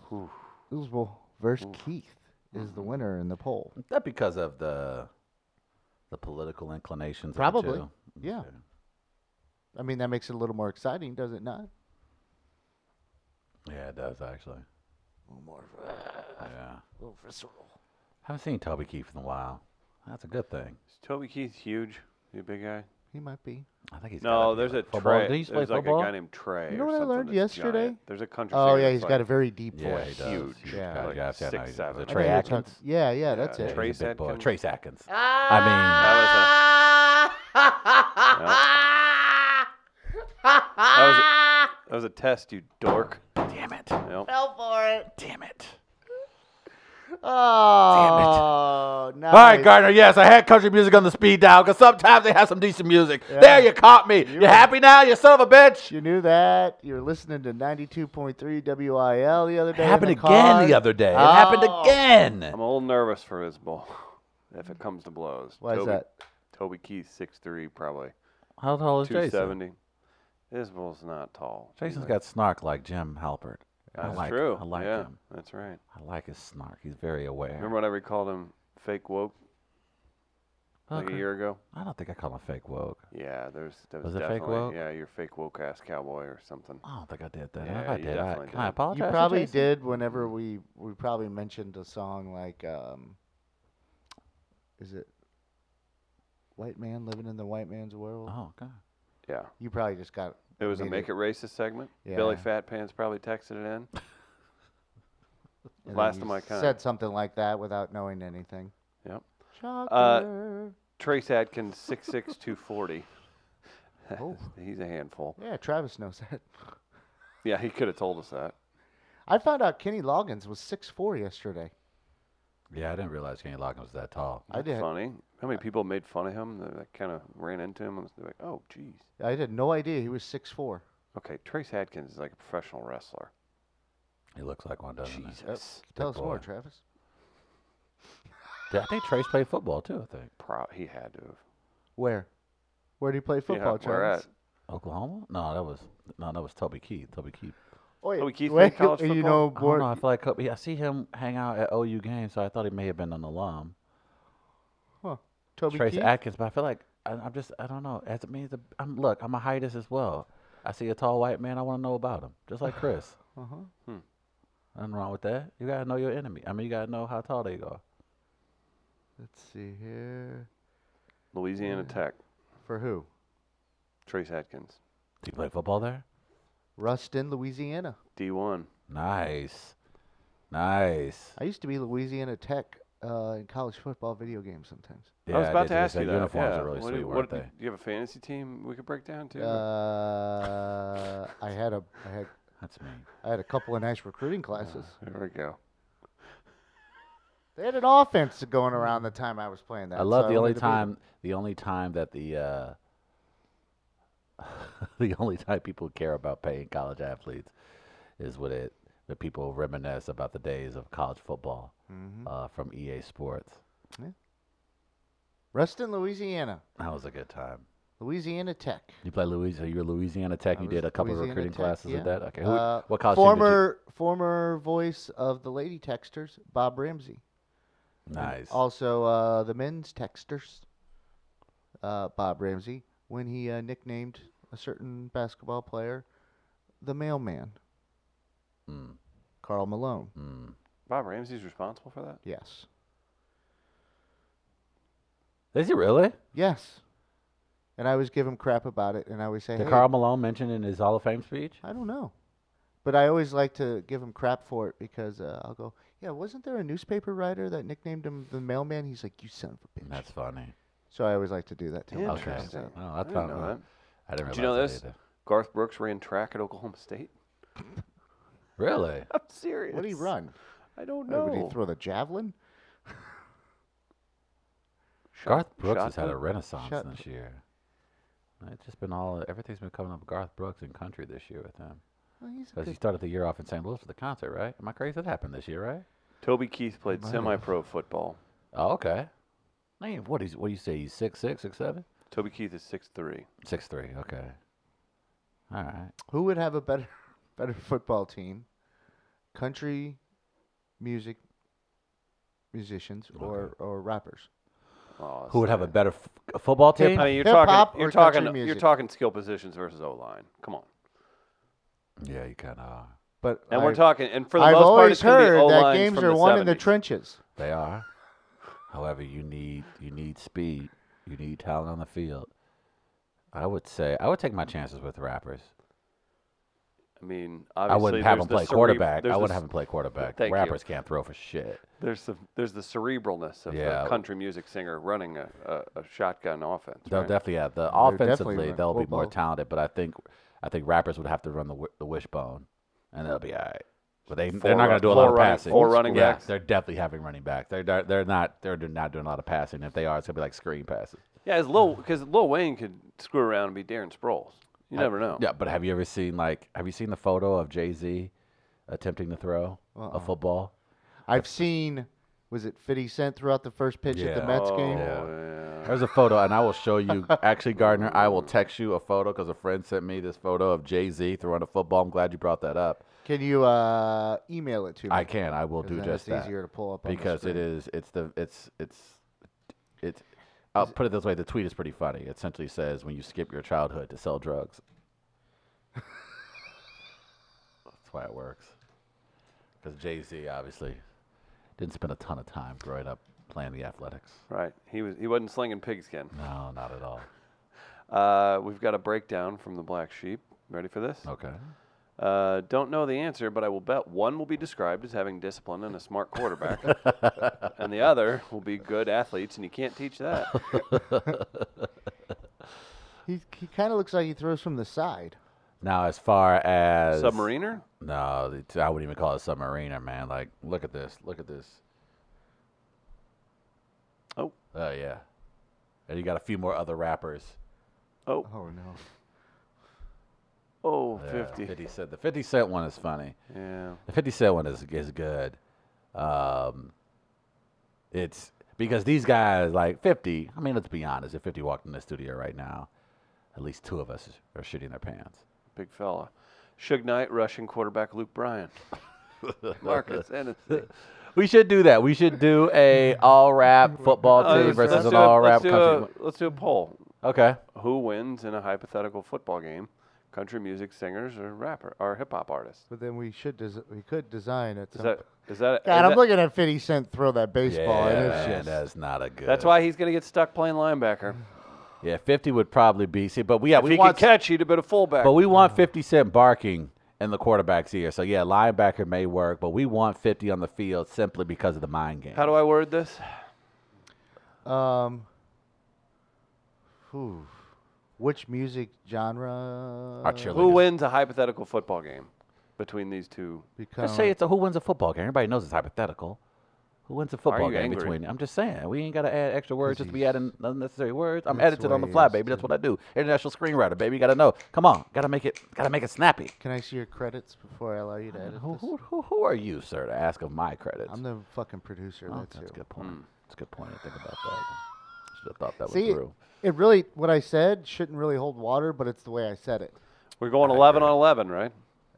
Usbel versus Keith is the winner in the poll. Is that because of the the political inclinations? Of the Probably, two? yeah. Okay. I mean, that makes it a little more exciting, does it not? Yeah, it does actually. A little more of a- Yeah. a little visceral. Haven't seen Toby Keith in a while. That's a good thing. Is Toby Keith huge? You a big guy? He might be. I think he's gotta No, be there's like- a football. Trey. Did he There's play like football? a guy named Trey. You know or what I something learned that's yesterday? giant. There's a country. Oh, singer yeah, that's he's like- got a very deep Yeah, voice. he does. Huge. Huge Yeah. guy. Like Yeah, I've seen six, that. Is it seven. I Trey I know you're talking- Atkins. yeah, yeah, that's Yeah, Yeah, it. Trey- he's a big boy. Atkins. Trace Atkins. Ah. I That was a. Yep. that, was a that was a test, you dork. mean, damn it. Yep. Fell for it. Damn it. Oh, nice. All right, Gardner. Yes, I had country music on the speed dial because sometimes they have some decent music. There, you caught me. You, were- happy now, you son of a bitch? You knew that. You were listening to 92.3 WIL the other It day. in happened again the car. the other day. It Oh. happened again. I'm a little nervous for his ball. If it comes to blows. Why is Toby, that? Toby Keith, six three, probably How tall is two Jason? seventy. This bull's not tall. Jason's got snark like Jim Halpert. I That's like, true. I like yeah, him. that's right. I like his snark. He's very aware. Remember when I called him fake woke like a Okay. year ago? I don't think I call him fake woke. Yeah, there's there was, Was it fake definitely woke? yeah, you're fake woke ass cowboy or something. I don't think I did that. Yeah, if I you did, I, definitely can I did. apologize? You to probably Jason? did whenever we we probably mentioned a song like um is it White Man Living in the White Man's World? Oh, God. Yeah, You probably just got It was a Made it- make it racist segment. Billy Yeah. Fat Pants probably texted it in. And then Last you of my kind. Said something like that without knowing anything. Yep. Uh, Shocker. Trace Adkins six six two forty. Oh. He's a handful. yeah, Travis knows that. Yeah, he could have told us that. I found out Kenny Loggins was six four yesterday. Yeah, I didn't realize Kenny Loggins was that tall. I That's did. Funny. How many people made fun of him? That, that kind of ran into him and was like, "Oh, geez." I had no idea he was six four. Okay, Trace Adkins is like a professional wrestler. He looks like one, doesn't he? Jesus. Tell Big us more, boy. Travis. Did- I think Trace played football too. I think Pro- he had to have. Where? Where do you play football, yeah, where Travis? at? Oklahoma. No, that was no, that was Toby Keith. Toby Keith. Wait, Oh, Keith wait, played college you football? know I don't more. know. I feel like Kobe, I see him hang out at OU games, so I thought he may have been an alum. Toby Trace Keith? Atkins, but I feel like I, I'm just I don't know. As it means, the- I'm look, I'm a hiatus as well. I see a tall white man, I want to know about him, just like Chris. Uh-huh. Nothing wrong with that. You gotta know your enemy. I mean, you gotta know how tall they are. Let's see here. Louisiana Tech. For who? Trace Adkins, Do you play football there? Ruston, Louisiana. D one. Nice, nice. I used to be Louisiana Tech uh, in college football video games sometimes. I was about did to see ask that you that. Uniforms yeah. are really what do sweet, you, weren't what do they? you- do you have a fantasy team we could break down too? Uh, I had a I had That's me. I had a couple of nice recruiting classes. there we go. They had an offense going around the time I was playing that. I love so the only wanted to be there. time the only time that the uh, the only time people care about paying college athletes is when it the people reminisce about the days of college football Mm-hmm. uh, from EA Sports. Ruston, Louisiana, That was a good time. Louisiana Tech. You play Louisiana. You were Louisiana Tech. I You was did a couple Louisiana of recruiting Tech, classes yeah. at that. Okay. Who, Uh, what college former former voice of the lady texters, Bob Ramsey. team did you? Nice. Also, uh, the men's texters, uh, Bob Ramsey, when he uh, nicknamed a certain basketball player the mailman, Mm, Carl Malone. mm. Bob Ramsey's responsible for that. Yes. Is he really? Yes. And I always give him crap about it, and I always say, Did hey, Carl Malone mentioned in his Hall of Fame speech? I don't know. But I always like to give him crap for it because uh, I'll go, yeah, wasn't there a newspaper writer that nicknamed him the mailman? He's like, you son of a bitch. That's funny. so I always like to do that to him. Okay. Interesting. No, I that's didn't not- know that. I didn't realize Did you know that this? either. Garth Brooks ran track at Oklahoma State. Really? I'm serious. What did he run? I don't Wait, know. Would he throw the javelin? Shot- Garth Brooks has shot had a put? renaissance Shot this year. It's just been all everything's been coming up Garth Brooks and country this year with him Well, he's a because he good- started the year off in St. Louis with the concert, right? Am I crazy? That happened this year, right? Toby Keith played Might have. semi-pro football. Oh, okay. Name what is what do you say? He's six six six seven Toby Keith is six three. six three. Okay. All right. Who would have a better better football team? Country music musicians or, or rappers? Oh, Who would have a sad. better f- a football Hip- team? I mean, you're Hip hop talking. or You're country talking. You're music? talking skill positions versus O line. Come on. yeah, you kind of. But And I, we're talking. And for the I've most part, always it's gonna be heard that O-lines games from are the won in the 70s. trenches. They are. However, you need you need speed. You need talent on the field. I would say I would take my chances with rappers. I mean, I obviously, wouldn't have there's him the play cereb- quarterback. there's I the wouldn't c- have him play quarterback. Thank you. Rappers can't throw for shit. There's the there's the cerebralness of Yeah. a country music singer running a, a, a shotgun offense. They'll right? definitely have the definitely offensively. run They'll be more football. talented, but I think I think rappers would have to run the wi- the wishbone, and they'll be all right. But they they they're not run- going to do a lot four of running- passing. four running Yeah, backs? They're definitely having running backs. They're they're, they're not they're do- not doing a lot of passing. If they are, it's going to be like screen passes. Yeah, as Lil because Lil Wayne could screw around and be Darren Sproles. You never know. Yeah, but have you ever seen like have you seen the photo of Jay Z attempting to throw a football? I've seen, was it 50 Cent throughout the first pitch at Yeah. the Mets Oh, game? Yeah. yeah. There's a photo, and I will show you. Actually, Gardner, I will text you a photo because a friend sent me this photo of Jay Z throwing a football. I'm glad you brought that up. Can you uh, email it to me? I can. I will 'Cause do then just it's that easier to pull up on the because it screen. is. It's the. It's it's it's. I'll put it this way: the tweet is pretty funny. It essentially says, "When you skip your childhood to sell drugs." That's why it works. Because Jay Z obviously didn't spend a ton of time growing up playing the athletics. Right. He was he wasn't slinging pigskin. No, not at all. Uh, we've got a breakdown from the Black Sheep. Ready for this? Okay. Uh, don't know the answer, but I will bet one will be described as having discipline and a smart quarterback, and the other will be good athletes, and you can't teach that. He he kind of looks like he throws from the side. Now, as far as Submariner? no, it's- I wouldn't even call it submariner, man. Like, look at this, look at this. Oh, Oh yeah, and you got a few more other rappers. oh, Oh no. oh, Yeah, 50. Fifty Cent. The Fifty Cent one is funny. Yeah. The 50 Cent one is is good. Um, it's because these guys like 50. I mean, let's be honest. If 50 walked in the studio right now, at least two of us are shitting their pants. Big fella. Suge Knight, Russian quarterback Luke Bryan. Marcus Hennessy. We should do that. We should do a all rap football Uh, team let's- versus let's an do a- all rap let's do a- country. Let's do a poll. Okay. Who wins in a hypothetical football game? Country music singers or rapper or hip hop artists? But then we should des- we could design it. Is that is that? is God, I'm that- looking at 50 Cent throw that Yeah, baseball, and it's man, just that's not a good. that's why he's gonna get stuck playing linebacker. Yeah, 50 would probably be. See, but we yeah If we he could want catch, Mm. he'd have been a fullback. But we want 50 Cent barking in the quarterback's ear. So, yeah, linebacker may work, but we want 50 on the field simply because of the mind game. How do I word this? um. Whew. Which music genre? Our cheerleaders. Who wins a hypothetical football game between these two? Become Just say it's a who wins a football game. Everybody knows it's hypothetical. Who wins a football you game angry? between? I'm just saying. We ain't got to add extra words just to be he's- adding unnecessary words. I'm That's edited why on the he fly, is, baby. That's too. what I do. International screenwriter, baby. You got to know. Come on. Got to make it Got to make it snappy. Can I see your credits before I allow you to edit Uh, Who, this? who, who, who are you, sir, to ask of my credits? I'm the fucking producer. Oh, that's that's a who. good point. Hmm. That's a good point to think about that. Should have thought that See, one through. it really what I said shouldn't really hold water, but it's the way I said it. We're going 11 on 11, right?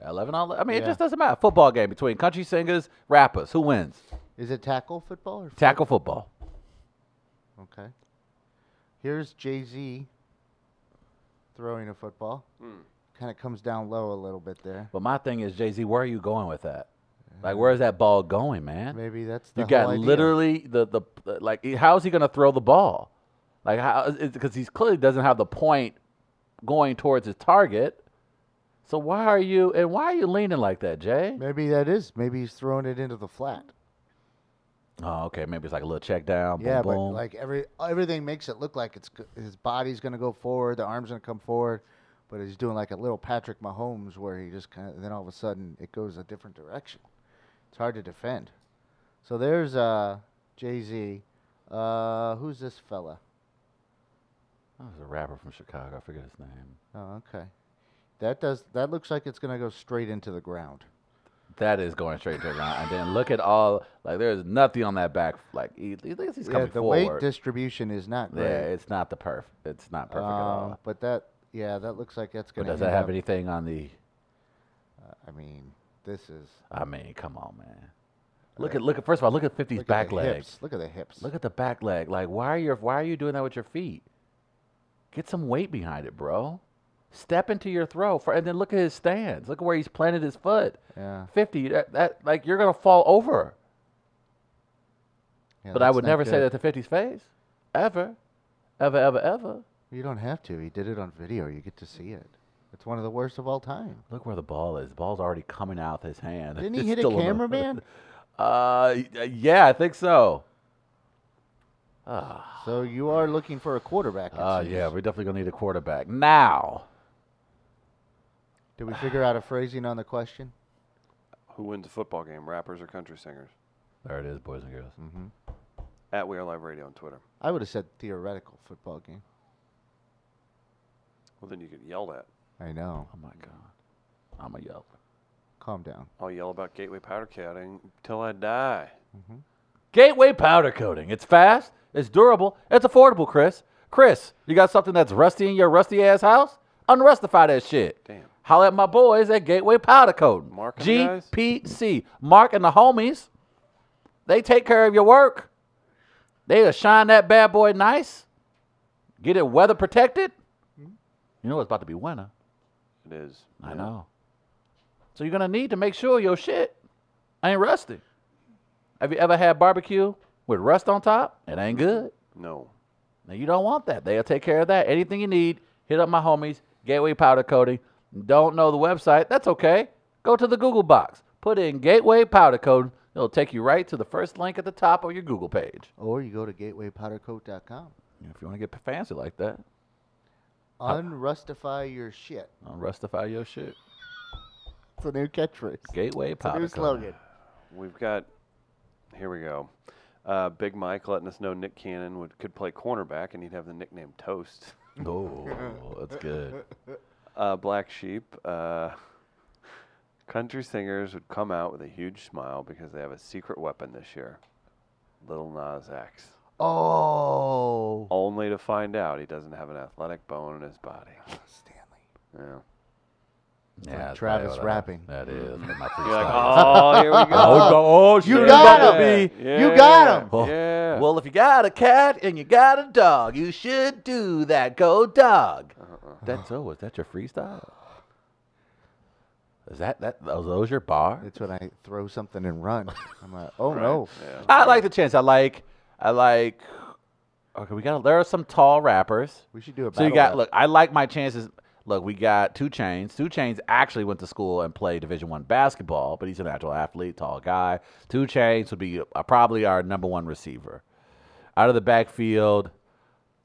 11 all I mean, it Yeah. just doesn't matter. Football game between country singers, rappers. Who wins? Is it tackle football or Tackle football. Okay. Here's Jay Z throwing a football. Kind of comes down low a little bit there. But my thing is, Jay Z, where are you going with that? Like, where's that ball going, man? Maybe that's the you whole got idea. literally the, the, like, he- how's he going to throw the ball? Like, how, because he clearly doesn't have the point going towards his target. So why are you, and why are you leaning like that, Jay? Maybe that is. Maybe he's throwing it into the flat. Oh, okay. Maybe it's like a little check down. Boom, yeah, but boom. like every everything makes it look like it's go- his body's gonna go forward, the arms gonna come forward, but he's doing like a little Patrick Mahomes where he just kind of then all of a sudden it goes a different direction. It's hard to defend. So there's uh Jay Z. Uh, who's this fella? That was Oh, a rapper from Chicago. I forget his name. Oh, okay. That does that looks like it's gonna go straight into the ground. That is going straight to the ground. And then look at all like there's nothing on that back. Like he, he thinks he's Yeah, coming the weight forward. distribution is not yeah, great. it's not the perf. It's not perfect at Um, all. But that yeah, that looks like that's But gonna. does that end have up- anything on the? uh, I mean, this is. I mean, come on, man. Look at look at first of all, look at 50's Look back at the leg. hips. Look at the hips. Look at the back leg. Like why are your why are you doing that with your feet? Get some weight behind it, bro. Step into your throw for, and then look at his stance. Look at where he's planted his foot. Yeah. 50 that, that like you're going to fall over. Yeah, but I that's would not never say good. that to 50's face. Ever. Ever, ever, ever. You don't have to. He did it on video. You get to see it. It's one of the worst of all time. Look where the ball is. The ball's already coming out his hand. Didn't he It's hit a still on the- cameraman? uh, y- uh, yeah, I think so. Ah, So you are looking for a quarterback. it uh, yeah, seems. we're definitely going to need a quarterback. Now, Did we figure out a phrasing on the question? Who wins a football game, rappers or country singers? there it is, boys and girls. Mm-hmm. At We Are Live Radio on Twitter. I would have said theoretical football game. Well, then you get yelled at. I know. Oh, my God. I'm a yell. Calm down. I'll yell about gateway powder coating till I die. Gateway powder coating. It's fast, it's durable, it's affordable, Chris. Chris, you got something that's rusty in your rusty ass house? Unrustify that shit. Damn. Holla at my boys at Gateway Powder Coating. Mark and the guys? GPC. Mark and the homies, they take care of your work. They'll shine that bad boy nice, get it weather protected. You know it's about to be winter. It is. I Yeah. know. So you're gonna need to make sure your shit ain't rusty. Have you ever had barbecue with rust on top? It ain't good. No. Now you don't want that. They'll take care of that. Anything you need, hit up my homies, Gateway Powder Coating. Don't know the website? That's okay. Go to the Google box. Put in Gateway Powder Code. It'll take you right to the first link at the top of your Google page. Or you go to gatewaypowdercoat.com. If you want to get fancy like that, Unrustify your shit. I'll rustify your shit. It's a new catchphrase. Gateway It's a Powder new Coat. slogan. We've got. Here we go. Uh, Big Mike letting us know Nick Cannon would could play cornerback and he'd have the nickname Toast. Oh, that's good. Uh, Black Sheep. Uh, country singers would come out with a huge smile because they have a secret weapon this year. Little Nas X. Oh, Only to find out he doesn't have an athletic bone in his body. Stanley. Yeah. Yeah, that's probably Travis what I- rapping. That is. but my You're like, freestyle is- oh, here we go. oh, go- oh, You shit, got about to him. be- Yeah. You got him. Oh, Yeah. Well, if you got a cat and you got a dog, you should do that. Go dog. Uh-huh. That's oh, is that your freestyle? Is that that? Are those your bar? It's when I throw something and run. I'm like, oh no. Yeah. I like the chance. I like. I like. Okay, we got. There are some tall rappers. We should do a So you battle got rap. look. I like my chances. Look, we got two chains. Two chains actually went to school and played Division One basketball, but he's a natural athlete, tall guy. Two chains would be uh, probably our number one receiver. Out of the backfield,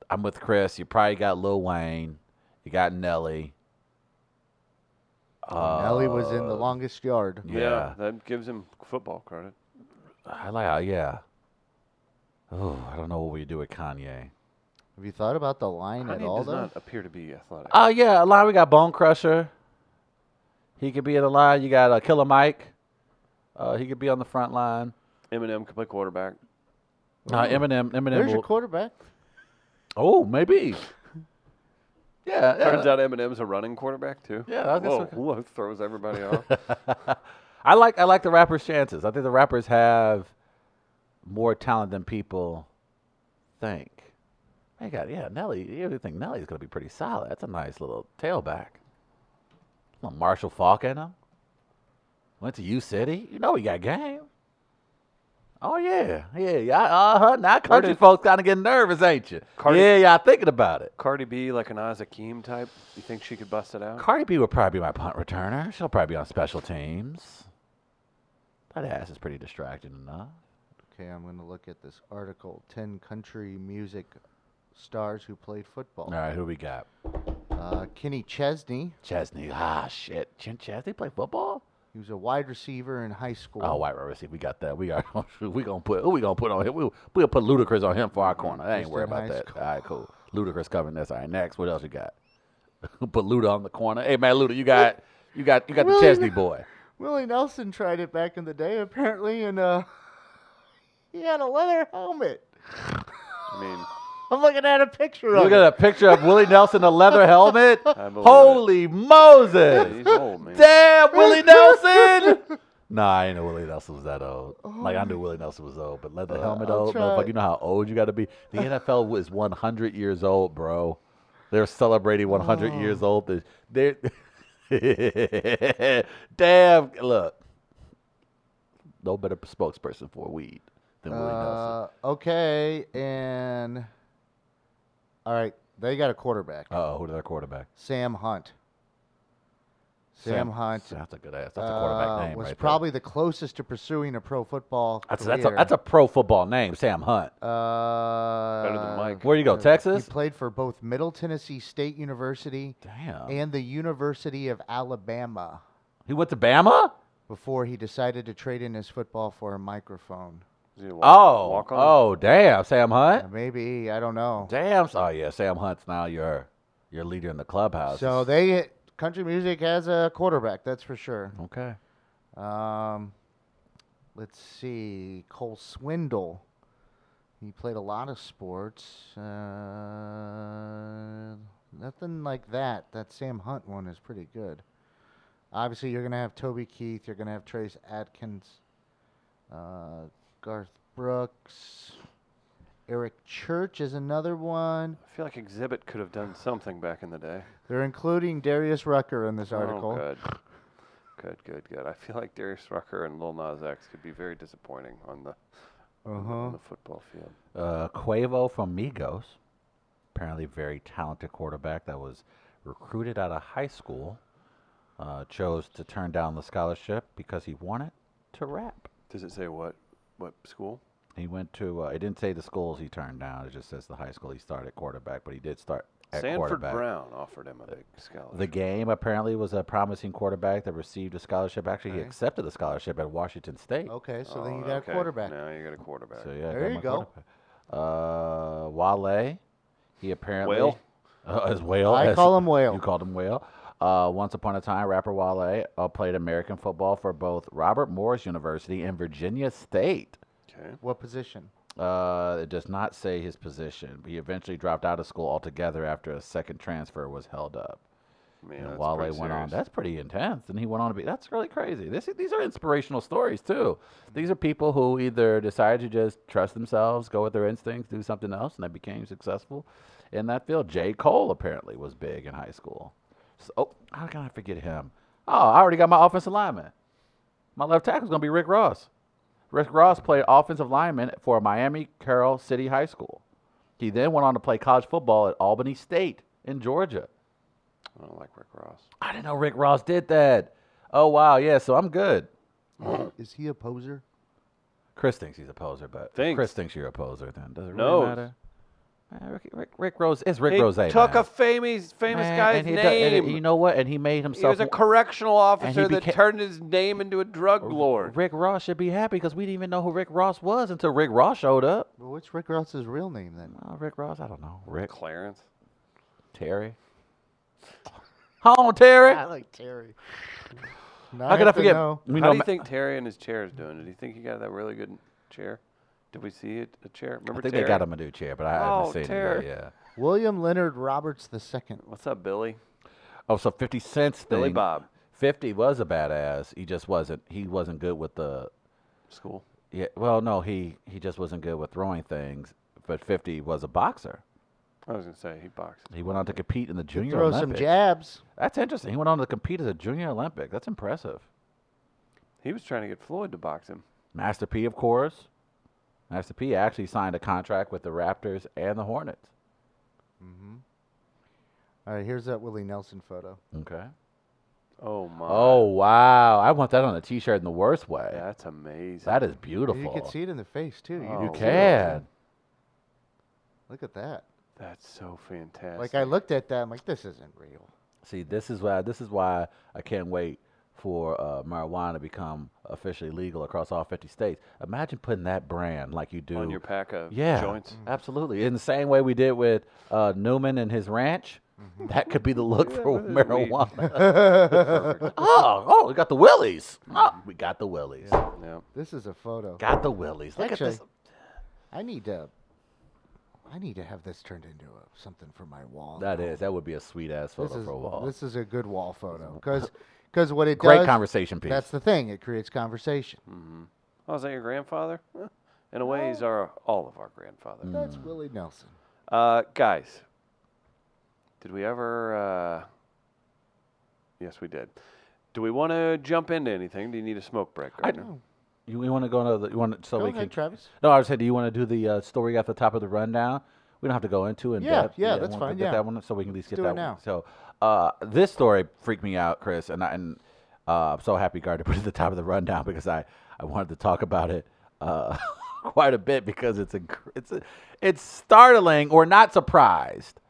I'm with Chris. You probably got Lil Wayne. You got Nelly. Oh, Nelly was in the longest yard. uh, Yeah, yeah. That gives him football credit. Uh, I like. How, yeah. Oh, I don't know what we do with Kanye. Have you thought about the line at Kanye all, does though? not appear to be athletic. Oh yeah, a line we got Bone Crusher. He could be in the line. You got uh, Killer Mike. Uh, he could be on the front line. Eminem could play quarterback. Uh, Eminem, There's Eminem. your Will, quarterback. oh, maybe. yeah, yeah. Turns out Eminem's a running quarterback too. Yeah, I guess whoa, okay. whoa, throws everybody off. I like I like the rappers' chances. I think the rappers have more talent than people think. My God, yeah, Nelly. You would think Nelly's gonna be pretty solid? That's a nice little tailback. Little Marshall Falk in him. Went to U City. You know he got game. Oh yeah, yeah, yeah. Uh huh. Now country did- folks kind of getting nervous, ain't you? Cardi- yeah, y'all thinking about it. Cardi B, like an Oz Akeem type. You think she could bust it out? Cardi B would probably be my punt returner. She'll probably be on special teams. That ass is pretty distracting enough. Okay, I'm going to look at this article 10 country music stars who played football. All right, who we got? Uh, Kenny Chesney. Chesney. Ah, shit. Chen Chesney play football? He was a wide receiver in high school. Oh, white wide receiver. We got that. We are. We gonna put. Who we gonna put on him? We, we'll put Ludacris on him for our corner. I ain't Houston worried about High that. School. All right, cool. Ludacris covering this. All right, next. What else you got? put Luda on the corner. Hey man, Luda, you got, you got, you got the Really? Chesney boy. Willie Nelson tried it back in the day, apparently, and uh, he had a leather helmet. I mean, I'm looking at a picture Look of at it. a picture of Willie Nelson in a leather helmet. I believe it. Holy Yeah, Moses! he's old man. Damn, Willie Nelson! Nah, I didn't know Willie Nelson was that old. Oh. Like I knew Willie Nelson was old, but Uh, leather helmet I'll old, try. motherfucker. You know how old you got to be. The NFL was 100 years old, bro. They're celebrating 100 Oh. years old. They- They're damn. Look, no better spokesperson for weed than Willie Nelson. Uh, okay, and all right, they got a quarterback, Oh, who did our quarterback? Sam Hunt. Sam, Hunt That's a good ass. That's a quarterback uh, name. was right there. probably the closest to pursuing a pro football That's, career. that's, a, that's a pro football name, Sam Hunt. uh, Better than Mike. Where you go, He Texas? played for both Middle Tennessee State University Damn. and the University of Alabama he went to Bama? before he decided to trade in his football for a microphone. Is he a walk- Oh. walk-on? Oh, damn, Sam Uh, Hunt. Maybe I don't know. Damn. Oh yeah, Sam Hunt's now your your leader in the clubhouse. So they country music has a quarterback, that's for sure. Okay. Um, let's see, Cole Swindle. He played a lot of sports. Uh, nothing like that. That Sam Hunt one is pretty good. Obviously, you're gonna have Toby Keith. You're gonna have Trace Atkins, uh, Garth Brooks, Eric Church is another one. I feel like Exhibit could have done something back in the day. They're including Darius Rucker in this article. Oh, good. Good, good, good. I feel like Darius Rucker and Lil Nas X could be very disappointing on the, on the- Uh-huh. on the football field. Uh, Quavo from Migos, apparently very talented quarterback that was recruited out of high school uh, chose to turn down the scholarship because he wanted to rap. Does it say what what school? He went to. Uh, it didn't say the schools he turned down. It just says the high school he started at quarterback, but he did start at Sanford quarterback. Brown offered him a big scholarship. The game apparently was a promising quarterback that received a scholarship. Actually, he Okay. accepted the scholarship at Washington State. Okay, so then Oh, you got okay. a quarterback. Now you got a quarterback. So yeah, There got you my go. quarterback. Uh, Wale, he apparently Whale? uh, as whale. I as- call him Whale. You called him whale. Uh, once upon a time, rapper Wale uh, played American football for both Robert Morris University and Virginia State. Okay. What position? Uh, it does not say his position. He eventually dropped out of school altogether after a second transfer was held up. Man, and that's Wale pretty went on. serious. That's pretty intense. And he went on to be. That's really crazy. This, these are inspirational stories too. These are people who either decided to just trust themselves, go with their instincts, do something else, and they became successful in that field. J. Cole apparently was big in high school. So, oh, how can I forget him? Oh, I already got my offensive lineman. My left tackle's gonna be Rick Ross. Rick Ross played offensive lineman for Miami Carroll City High School. He then went on to play college football at Albany State in Georgia. I don't like Rick Ross. I didn't know Rick Ross did that. Oh wow, yeah. So I'm good. Is he a poser? Chris thinks he's a poser, but if Thinks. Chris thinks you're a poser. Then does it really Knows. matter? Eh, Rick, Rick, Rick Rose is Rick he Rose. took a famous famous guy's name. you know what? And he made he himself. was a w- correctional officer that beca- turned his name into a drug lord. Rick Ross should be happy because we didn't even know who Rick Ross was until Rick Ross showed up. Well, what's Rick Ross's real name then? Oh, Rick Ross, I don't know. Rick Clarence. Terry. Home Terry. like Terry. How could I forget? We How know do you Ma- think Terry and his chair is doing? Did he think he got that really good chair? Did we see it? A I chair? Remember think Terry? they got him a new chair, but I haven't Oh, seen Terry. it yet. Yeah. William Leonard Roberts II. What's up, Billy? Oh, so Fifty Cent's thing. Billy Bob. 50 was a badass. He just wasn't. He wasn't good with the. School. Yeah. Well, no, he he just wasn't good with throwing things. But 50 was a boxer. I was gonna say he boxed. He went on to compete in the junior Throw Olympic. some jabs. That's interesting. He went on to compete at the junior Olympic. That's impressive. He was trying to get Floyd to box him. Master P, of course. Master P actually signed a contract with the Raptors and the Hornets. Mm-hmm. All right, here's that Willie Nelson photo. Okay. Oh my. Oh wow! I want that on a T-shirt in the worst way. That's amazing. That is And beautiful. You can see it in the face too. You, Oh, You see it. can. Look at that. That's so fantastic. Like I looked at that, I'm like, this isn't real. See, this is why this is why I can't wait for uh, marijuana to become officially legal across all 50 states. Imagine putting that brand like you do on your pack of yeah, Mm. joints. Mm-hmm. Absolutely, in the same way we did with uh, Newman and his ranch. Mm-hmm. That could be the look Yeah, for but there's weed. marijuana. Perfect. oh, oh, we got the willies. Mm-hmm. Oh, we got the willies. yeah. This is a photo. Got the willies. Look at this. Actually- I need to. I need to have this turned into a, something for my wall. That now. is that would be a sweet ass This photo is for a wall. this is a good wall photo because because what it Great does. conversation piece. That's the thing. It creates conversation. Hmm. Mm-hmm. Oh, is that your grandfather? Huh. In a way, he's our all of our grandfather. Mm. That's Willie Nelson. Uh, guys, did we ever? Uh, yes, we did. Do we want to jump into anything? Do you need a smoke break? I- Gardner? you, want to go another? You want so Go we ahead, can Travis. No, I was saying, do you want to do the uh, story at the top of the rundown? We don't have to go into it. Yeah, depth. yeah, that's we'll fine, Get yeah. that one, so we can at least Let's get do that it now. one. So, uh, this story freaked me out, Chris, and I, and uh, I'm so happy Gardner put it at the top of the rundown because I, I wanted to talk about it uh, quite a bit because it's a, it's a, it's startling or not surprised.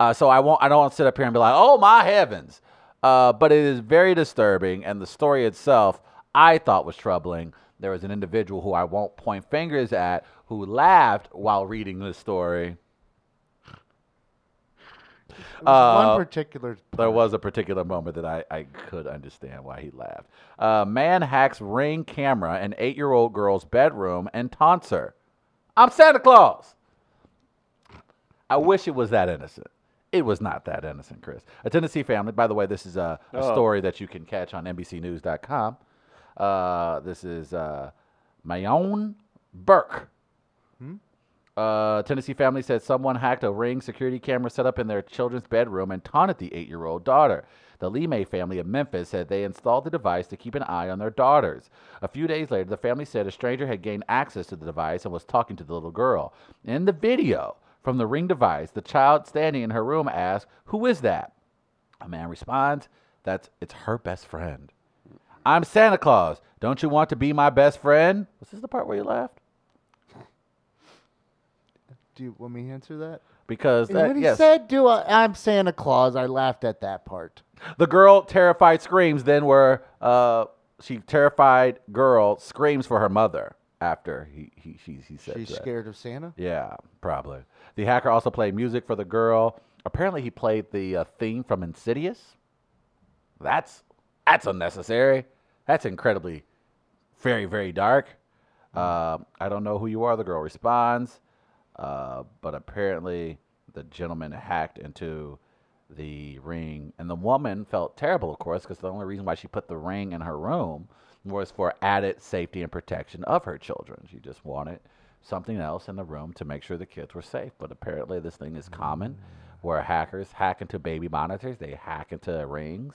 Uh, so I won't. I don't want to sit up here and be like, "Oh my heavens!" Uh, but it is very disturbing, and the story itself I thought was troubling. There was an individual who I won't point fingers at who laughed while reading this story. It was Uh, one particular. There was a particular moment that I, I could understand why he laughed. Uh, man hacks ring camera in eight year old girl's bedroom and taunts her. I'm Santa Claus. I wish it was that innocent. It was not that innocent, Chris. A Tennessee family, by the way, this is a, a Oh. story that you can catch on NBCNews.com. Uh, this is uh, Mayon Burke. Uh, Tennessee family said someone hacked a ring security camera set up in their children's bedroom and taunted the eight year old daughter. The Lemay family of Memphis said they installed the device to keep an eye on their daughters. A few days later, the family said a stranger had gained access to the device and was talking to the little girl. In the video from the ring device, the child standing in her room asks, Who is that? A man responds, That's it's her best friend. I'm Santa Claus. Don't you want to be my best friend? Was this the part where you laughed? Do you want me to answer that? Because that, when he yes, said, "Do I, I'm Santa Claus," I laughed at that part. the girl terrified screams then were uh, she terrified girl screams for her mother after he he she he said She's that. scared of Santa. Yeah, probably. The hacker also played music for the girl. Apparently, he played the uh, theme from Insidious. That's that's unnecessary. That's incredibly, very very dark. Um, I don't know who you are. The girl responds, uh, but apparently the gentleman hacked into the ring, and the woman felt terrible, of course, because the only reason why she put the ring in her room was for added safety and protection of her children. She just wanted something else in the room to make sure the kids were safe. But apparently, this thing is common where hackers hack into baby monitors, they hack into rings,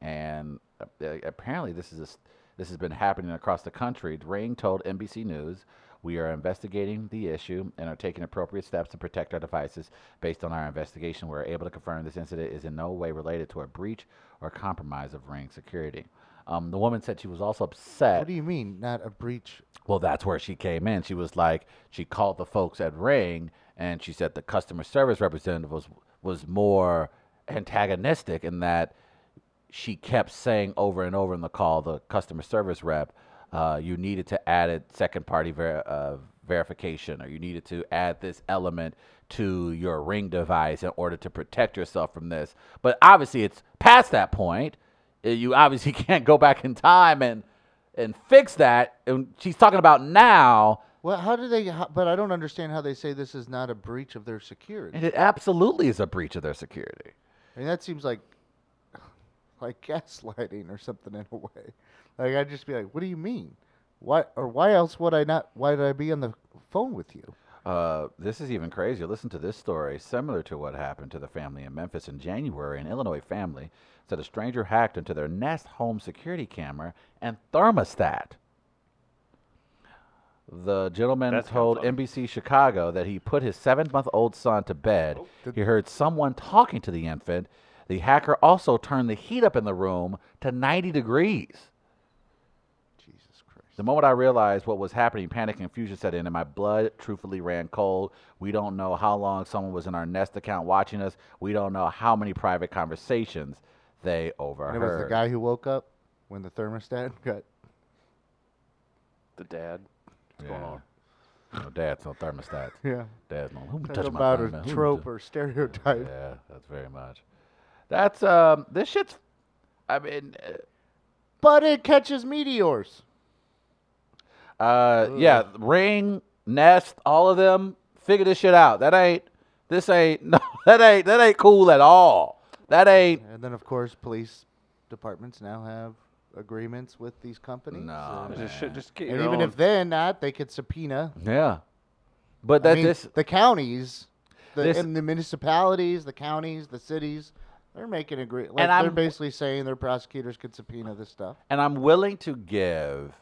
and uh, a- apparently, this is a, s- this has been happening across the country. Ring told NBC News. We are investigating the issue and are taking appropriate steps to protect our devices. Based on our investigation, we are able to confirm this incident is in no way related to a breach or compromise of ring security. Um, the woman said she was also upset What do you mean, not a breach? well, that's where she came in. She was like, she called the folks at Ring, and she said the customer service representative was was more antagonistic in that she kept saying over and over in the call, the customer service rep, uh, you needed to add a second party ver- uh, verification, or you needed to add this element to your Ring device in order to protect yourself from this. But obviously, it's past that point. Uh, You obviously can't go back in time and and fix that. And she's talking about now. Well, how do they? How, but I don't understand how they say this is not a breach of their security. And it absolutely is a breach of their security. I mean, that seems like like gaslighting or something in a way. Like I'd just be like, "What do you mean? Why or why else would I not? Why did I be on the phone with you?" Uh, this is even crazier. Listen to this story, similar to what happened to the family in Memphis in January. An Illinois family said a stranger hacked into their Nest home security camera and thermostat. The gentleman That's kinda told funny. NBC Chicago that he put his seven month old son to Oh, bed. He heard someone talking to the infant. The hacker also turned the heat up in the room to 90 degrees. Jesus Christ! The moment I realized what was happening, panic and confusion set in, and my blood truthfully ran cold. We don't know how long someone was in our Nest account watching us. We don't know how many private conversations they overheard. And it was the guy who woke up when the thermostat got. The dad. What's going on? No, dad's no thermostats. Yeah. Dad's no. Who Talk touched my about thermostat? a Who trope tou- or stereotype. Yeah, that's very much. That's um. This shit's. I mean, uh, But it catches meteors. Uh, yeah, Ring, Nest, all of them. Figure this shit out. That ain't. This ain't. No, that ain't. That ain't cool at all. That ain't. And then, of course, police departments now have agreements with these companies. Nah, and- man. Just, shit- just get and your even own. if they're not, they could subpoena. Yeah, but I that mean, this. the counties, the, this- and the municipalities, the counties, the cities, they're making agree. Like, they're I'm- basically saying their prosecutors could subpoena this stuff. And I'm willing to give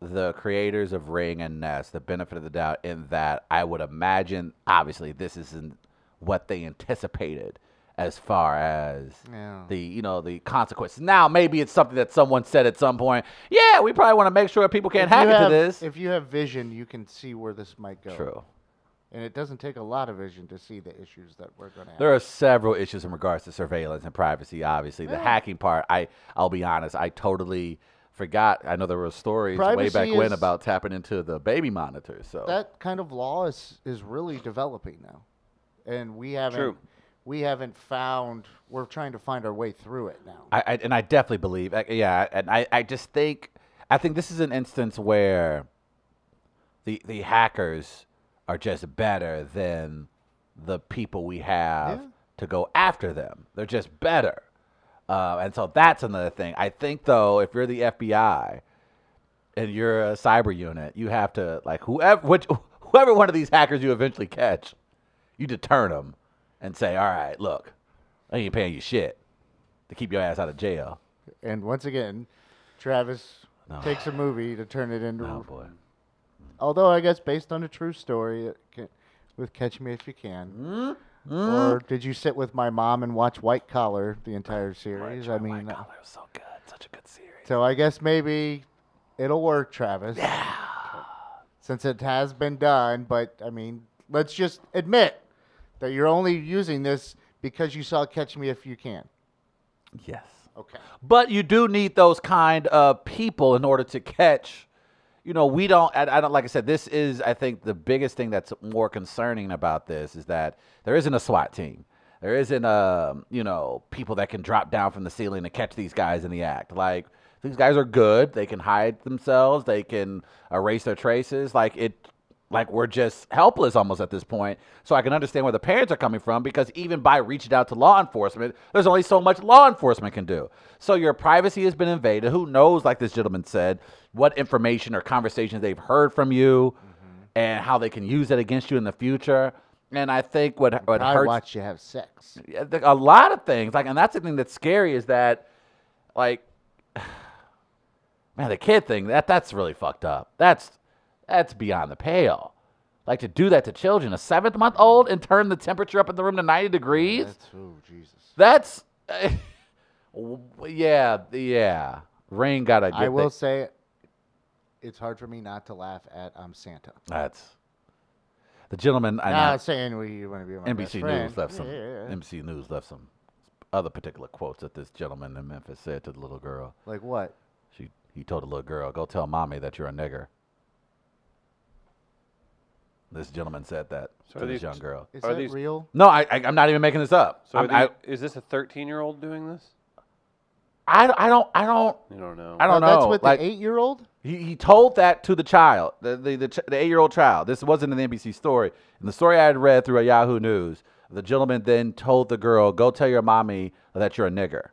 the creators of Ring and Nest the benefit of the doubt in that I would imagine, obviously, this isn't what they anticipated as far as Yeah. the you know the consequences. Now maybe it's something that someone said at some point. Yeah, we probably want to make sure people can't If you hack into have- this. If you have vision, you can see where this might go. True. And it doesn't take a lot of vision to see the issues that we're going to have. There are several issues in regards to surveillance and privacy. Obviously, the hacking part. I I'll be honest. I totally forgot. I know there were stories way back Privacy when is- about tapping into the baby monitors. So that kind of law is is really developing now, and we haven't True. we haven't found. We're trying to find our way through it now. I, I and I definitely believe. I, yeah, and I I just think I think this is an instance where the the hackers are just better than the people we have Yeah. to go after them. They're just better, uh, and so that's another thing. I think though, if you're the FBI and you're a cyber unit, you have to like whoever which whoever one of these hackers you eventually catch, you deter them and say, "All right, look, I ain't paying you shit to keep your ass out of jail." and once again, Travis No. takes a movie to turn it into. Oh boy. Although I guess based on a true story, it can, with Catch Me If You Can, Or did you sit with my mom and watch White Collar the entire series? I mean, uh, was so good. Such a good series. so I guess maybe it'll work, Travis. Yeah. Since it has been done, but I mean, let's just admit that you're only using this because you saw Catch Me If You Can. Yes. Okay. But you do need those kind of people in order to catch. You know, we don't. I, I don't. Like I said, this is. I think the biggest thing that's more concerning about this is that there isn't a SWAT team. There isn't um, you know people that can drop down from the ceiling and catch these guys in the act. Like these guys are good. They can hide themselves. They can erase their traces. Like it. Like we're just helpless almost at this point. So I can understand where the parents are coming from because even by reaching out to law enforcement, there's only so much law enforcement can do. So your privacy has been invaded. Who knows, like this gentleman said, what information or conversations they've heard from you and how they can use it against you in the future. And I think what, what I hurts watch you have sex. yeah, th- a lot of things. Like, and that's the thing that's scary is that, like, man, the kid thing that that's really fucked up. That's that's beyond the pale. Like to do that to children, a seventh month old, and turn the temperature up in the room to ninety degrees. That's oh Jesus. That's, w- yeah, yeah. Rain got to get. I will that- say, it's hard for me not to laugh at I'm Santa. That's the gentleman. I know. Not saying we you want to be my best NBC friend. News left some Yeah, yeah, yeah. NBC News left some other particular quotes that this gentleman in Memphis said to the little girl. Like what? She he told the little girl, "Go tell mommy that you're a nigger." This gentleman said that So to are this these- young girl. Is Are that these- real? No, I, I I'm not even making this up. So I'm- are I, these- is this a 13 year old doing this? I I don't I don't You don't know. I don't No, know. Oh, That's with like the eight-year-old. he, he told that to the child, the the the, ch- the eight year old child. This wasn't an NBC story. In the story I had read through a Yahoo News, the gentleman then told the girl, "Go tell your mommy that you're a nigger."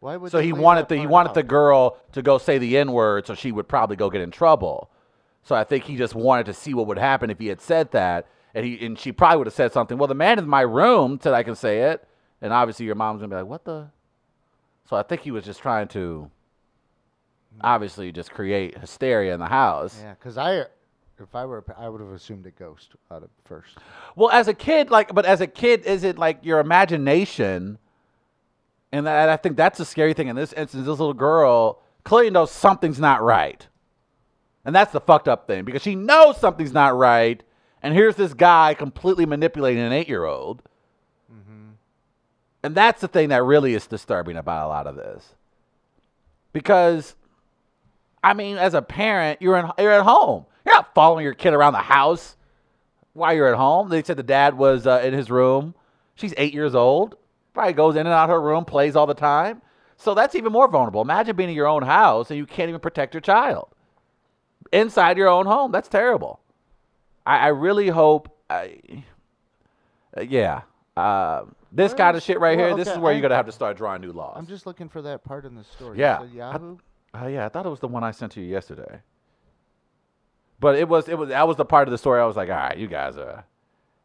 Why would? So they he leave wanted that the he part wanted out? the girl to go say the N word, so she would probably go get in trouble. So I think he just wanted to see what would happen if he had said that, and he and she probably would have said something. Well, the man in my room said I can say it, and obviously your mom's gonna be like, "What the?" So I think he was just trying to, obviously, just create hysteria in the house. Yeah, because I, if I were, a pa- I would have assumed a ghost out of first. Well, as a kid, like, but as a kid, is it like your imagination? And that, I think that's the scary thing in this instance. This little girl clearly knows something's not right, and that's the fucked up thing because she knows something's not right, and here's this guy completely manipulating an eight-year-old, and that's the thing that really is disturbing about a lot of this, because. I mean, as a parent, you're in, you're at home. You're not following your kid around the house while you're at home. They said the dad was uh, in his room. She's eight years old. Probably goes in and out of her room, plays all the time. So that's even more vulnerable. Imagine being in your own house and you can't even protect your child inside your own home. That's terrible. I, I really hope. I, uh, yeah. Uh, this kind of shit right Well, here. This okay, is where you're I- gonna have to start drawing new laws. I'm just looking for that part in the story. You Yeah. said I- Yahoo. Uh, yeah, I thought it was the one I sent to you yesterday. But it was it was that was the part of the story I was like, all right, you guys are,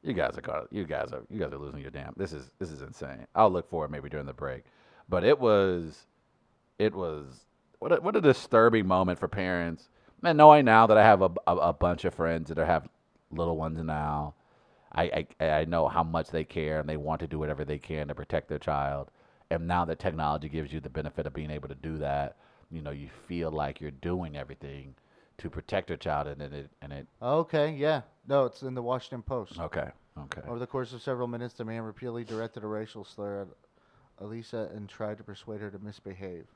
you guys are gonna- you guys are you guys are losing your damn. This is this is insane. I'll look for it maybe during the break. But it was, it was what a, what a disturbing moment for parents. And knowing now that I have a, a, a bunch of friends that are, have little ones now, I, I I know how much they care and they want to do whatever they can to protect their child. And now that technology gives you the benefit of being able to do that, you know, you feel like you're doing everything to protect your child, and then it and it. Okay, yeah. No, it's in the Washington Post. Okay, okay. Over the course of several minutes, the man repeatedly directed a racial slur at Elisa and tried to persuade her to misbehave.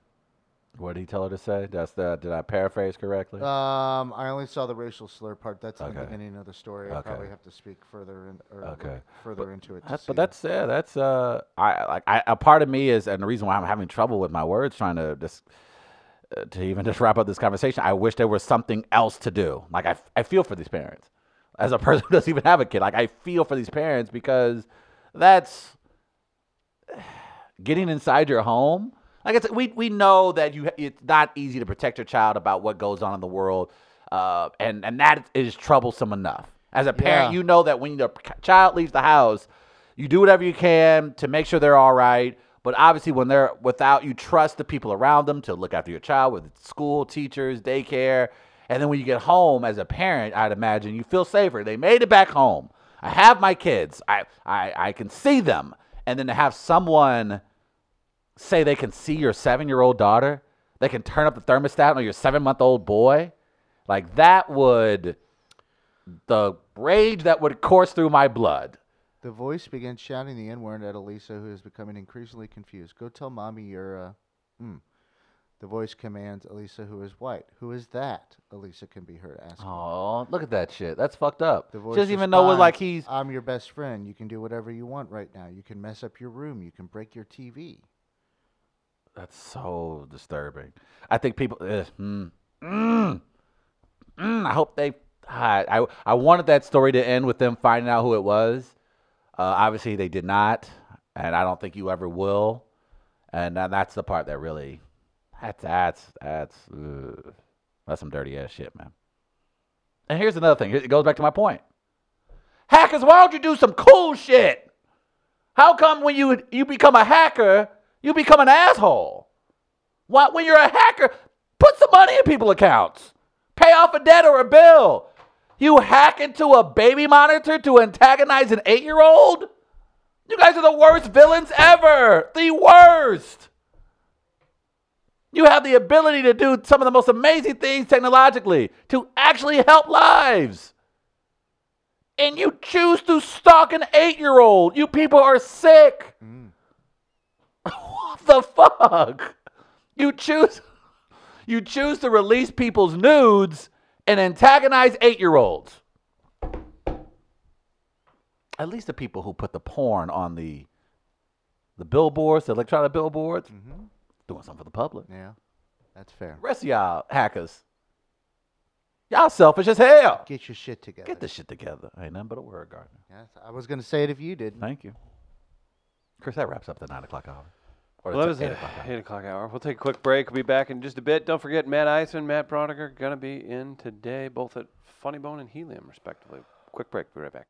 What did he tell her to say? That's the. Did I paraphrase correctly? Um, I only saw the racial slur part. That's in the Okay. beginning of the story. I Okay. probably have to speak further in, or look Okay. further into it. to That- see. but that's yeah, that's uh, I like I, a part of me is, and the reason why I'm having trouble with my words, trying to just uh, to even just wrap up this conversation. I wish there was something else to do. Like I, I feel for these parents, as a person who doesn't even have a kid. Like I feel for these parents because that's getting inside your home. Like I said, we we know that you it's not easy to protect your child about what goes on in the world, uh, and and that is troublesome enough. As a parent, Yeah. you know that when your c- child leaves the house, you do whatever you can to make sure they're all right. But obviously, when they're without, you trust the people around them to look after your child with school, teachers, daycare, and then when you get home as a parent, I'd imagine you feel safer. They made it back home. I have my kids. I, I, I can see them. And then to have someone say they can see your seven year old daughter, they can turn up the thermostat on your seven month old boy, like that would, the rage that would course through my blood. The voice began shouting the N word at Elisa, who is becoming increasingly confused. Go tell mommy you're uh Mm. The voice commands Elisa, who is white. Who is that? Elisa can be heard asking. Oh, look at that shit. That's fucked up. The She voice doesn't even know what, responds, like, he's. I'm your best friend. You can do whatever you want right now. You can mess up your room. You can break your TV. That's so disturbing. I think people. Uh, mm, mm, mm, I hope they. I, I I wanted that story to end with them finding out who it was. Uh, obviously, they did not, and I don't think you ever will. And tha- that's the part that really. That's that's that's ugh. that's some dirty ass shit, man. And here's another thing. Here- It goes back to my point. Hackers, why don't you do some cool shit? How come when you you become a hacker, you become an asshole? Why, when you're a hacker, put some money in people's accounts, pay off a debt or a bill. You hack into a baby monitor to antagonize an eight-year-old. You guys are the worst villains ever. The worst. You have the ability to do some of the most amazing things technologically to actually help lives and you choose to stalk an eight year old. You people are sick. Mm. what the fuck? You choose you choose to release people's nudes and antagonize eight year olds. At least the people who put the porn on the the billboards, the electronic billboards, hmm doing something for the public. Yeah, that's fair. rest of y'all hackers, y'all selfish as hell. Get your shit together. Get this shit together. Ain't nothing but a word, Gardner. Yes, I was gonna say it if you didn't. Thank you. Chris, that wraps up the nine o'clock hour. Or Well, that the was t- eight the o'clock hour. 8 o'clock hour. We'll take a quick break. We'll be back in just a bit. Don't forget, Matt Eisen, Matt Brodiger, going to be in today, both at Funny Bone and Helium, respectively. Quick break. Be right back.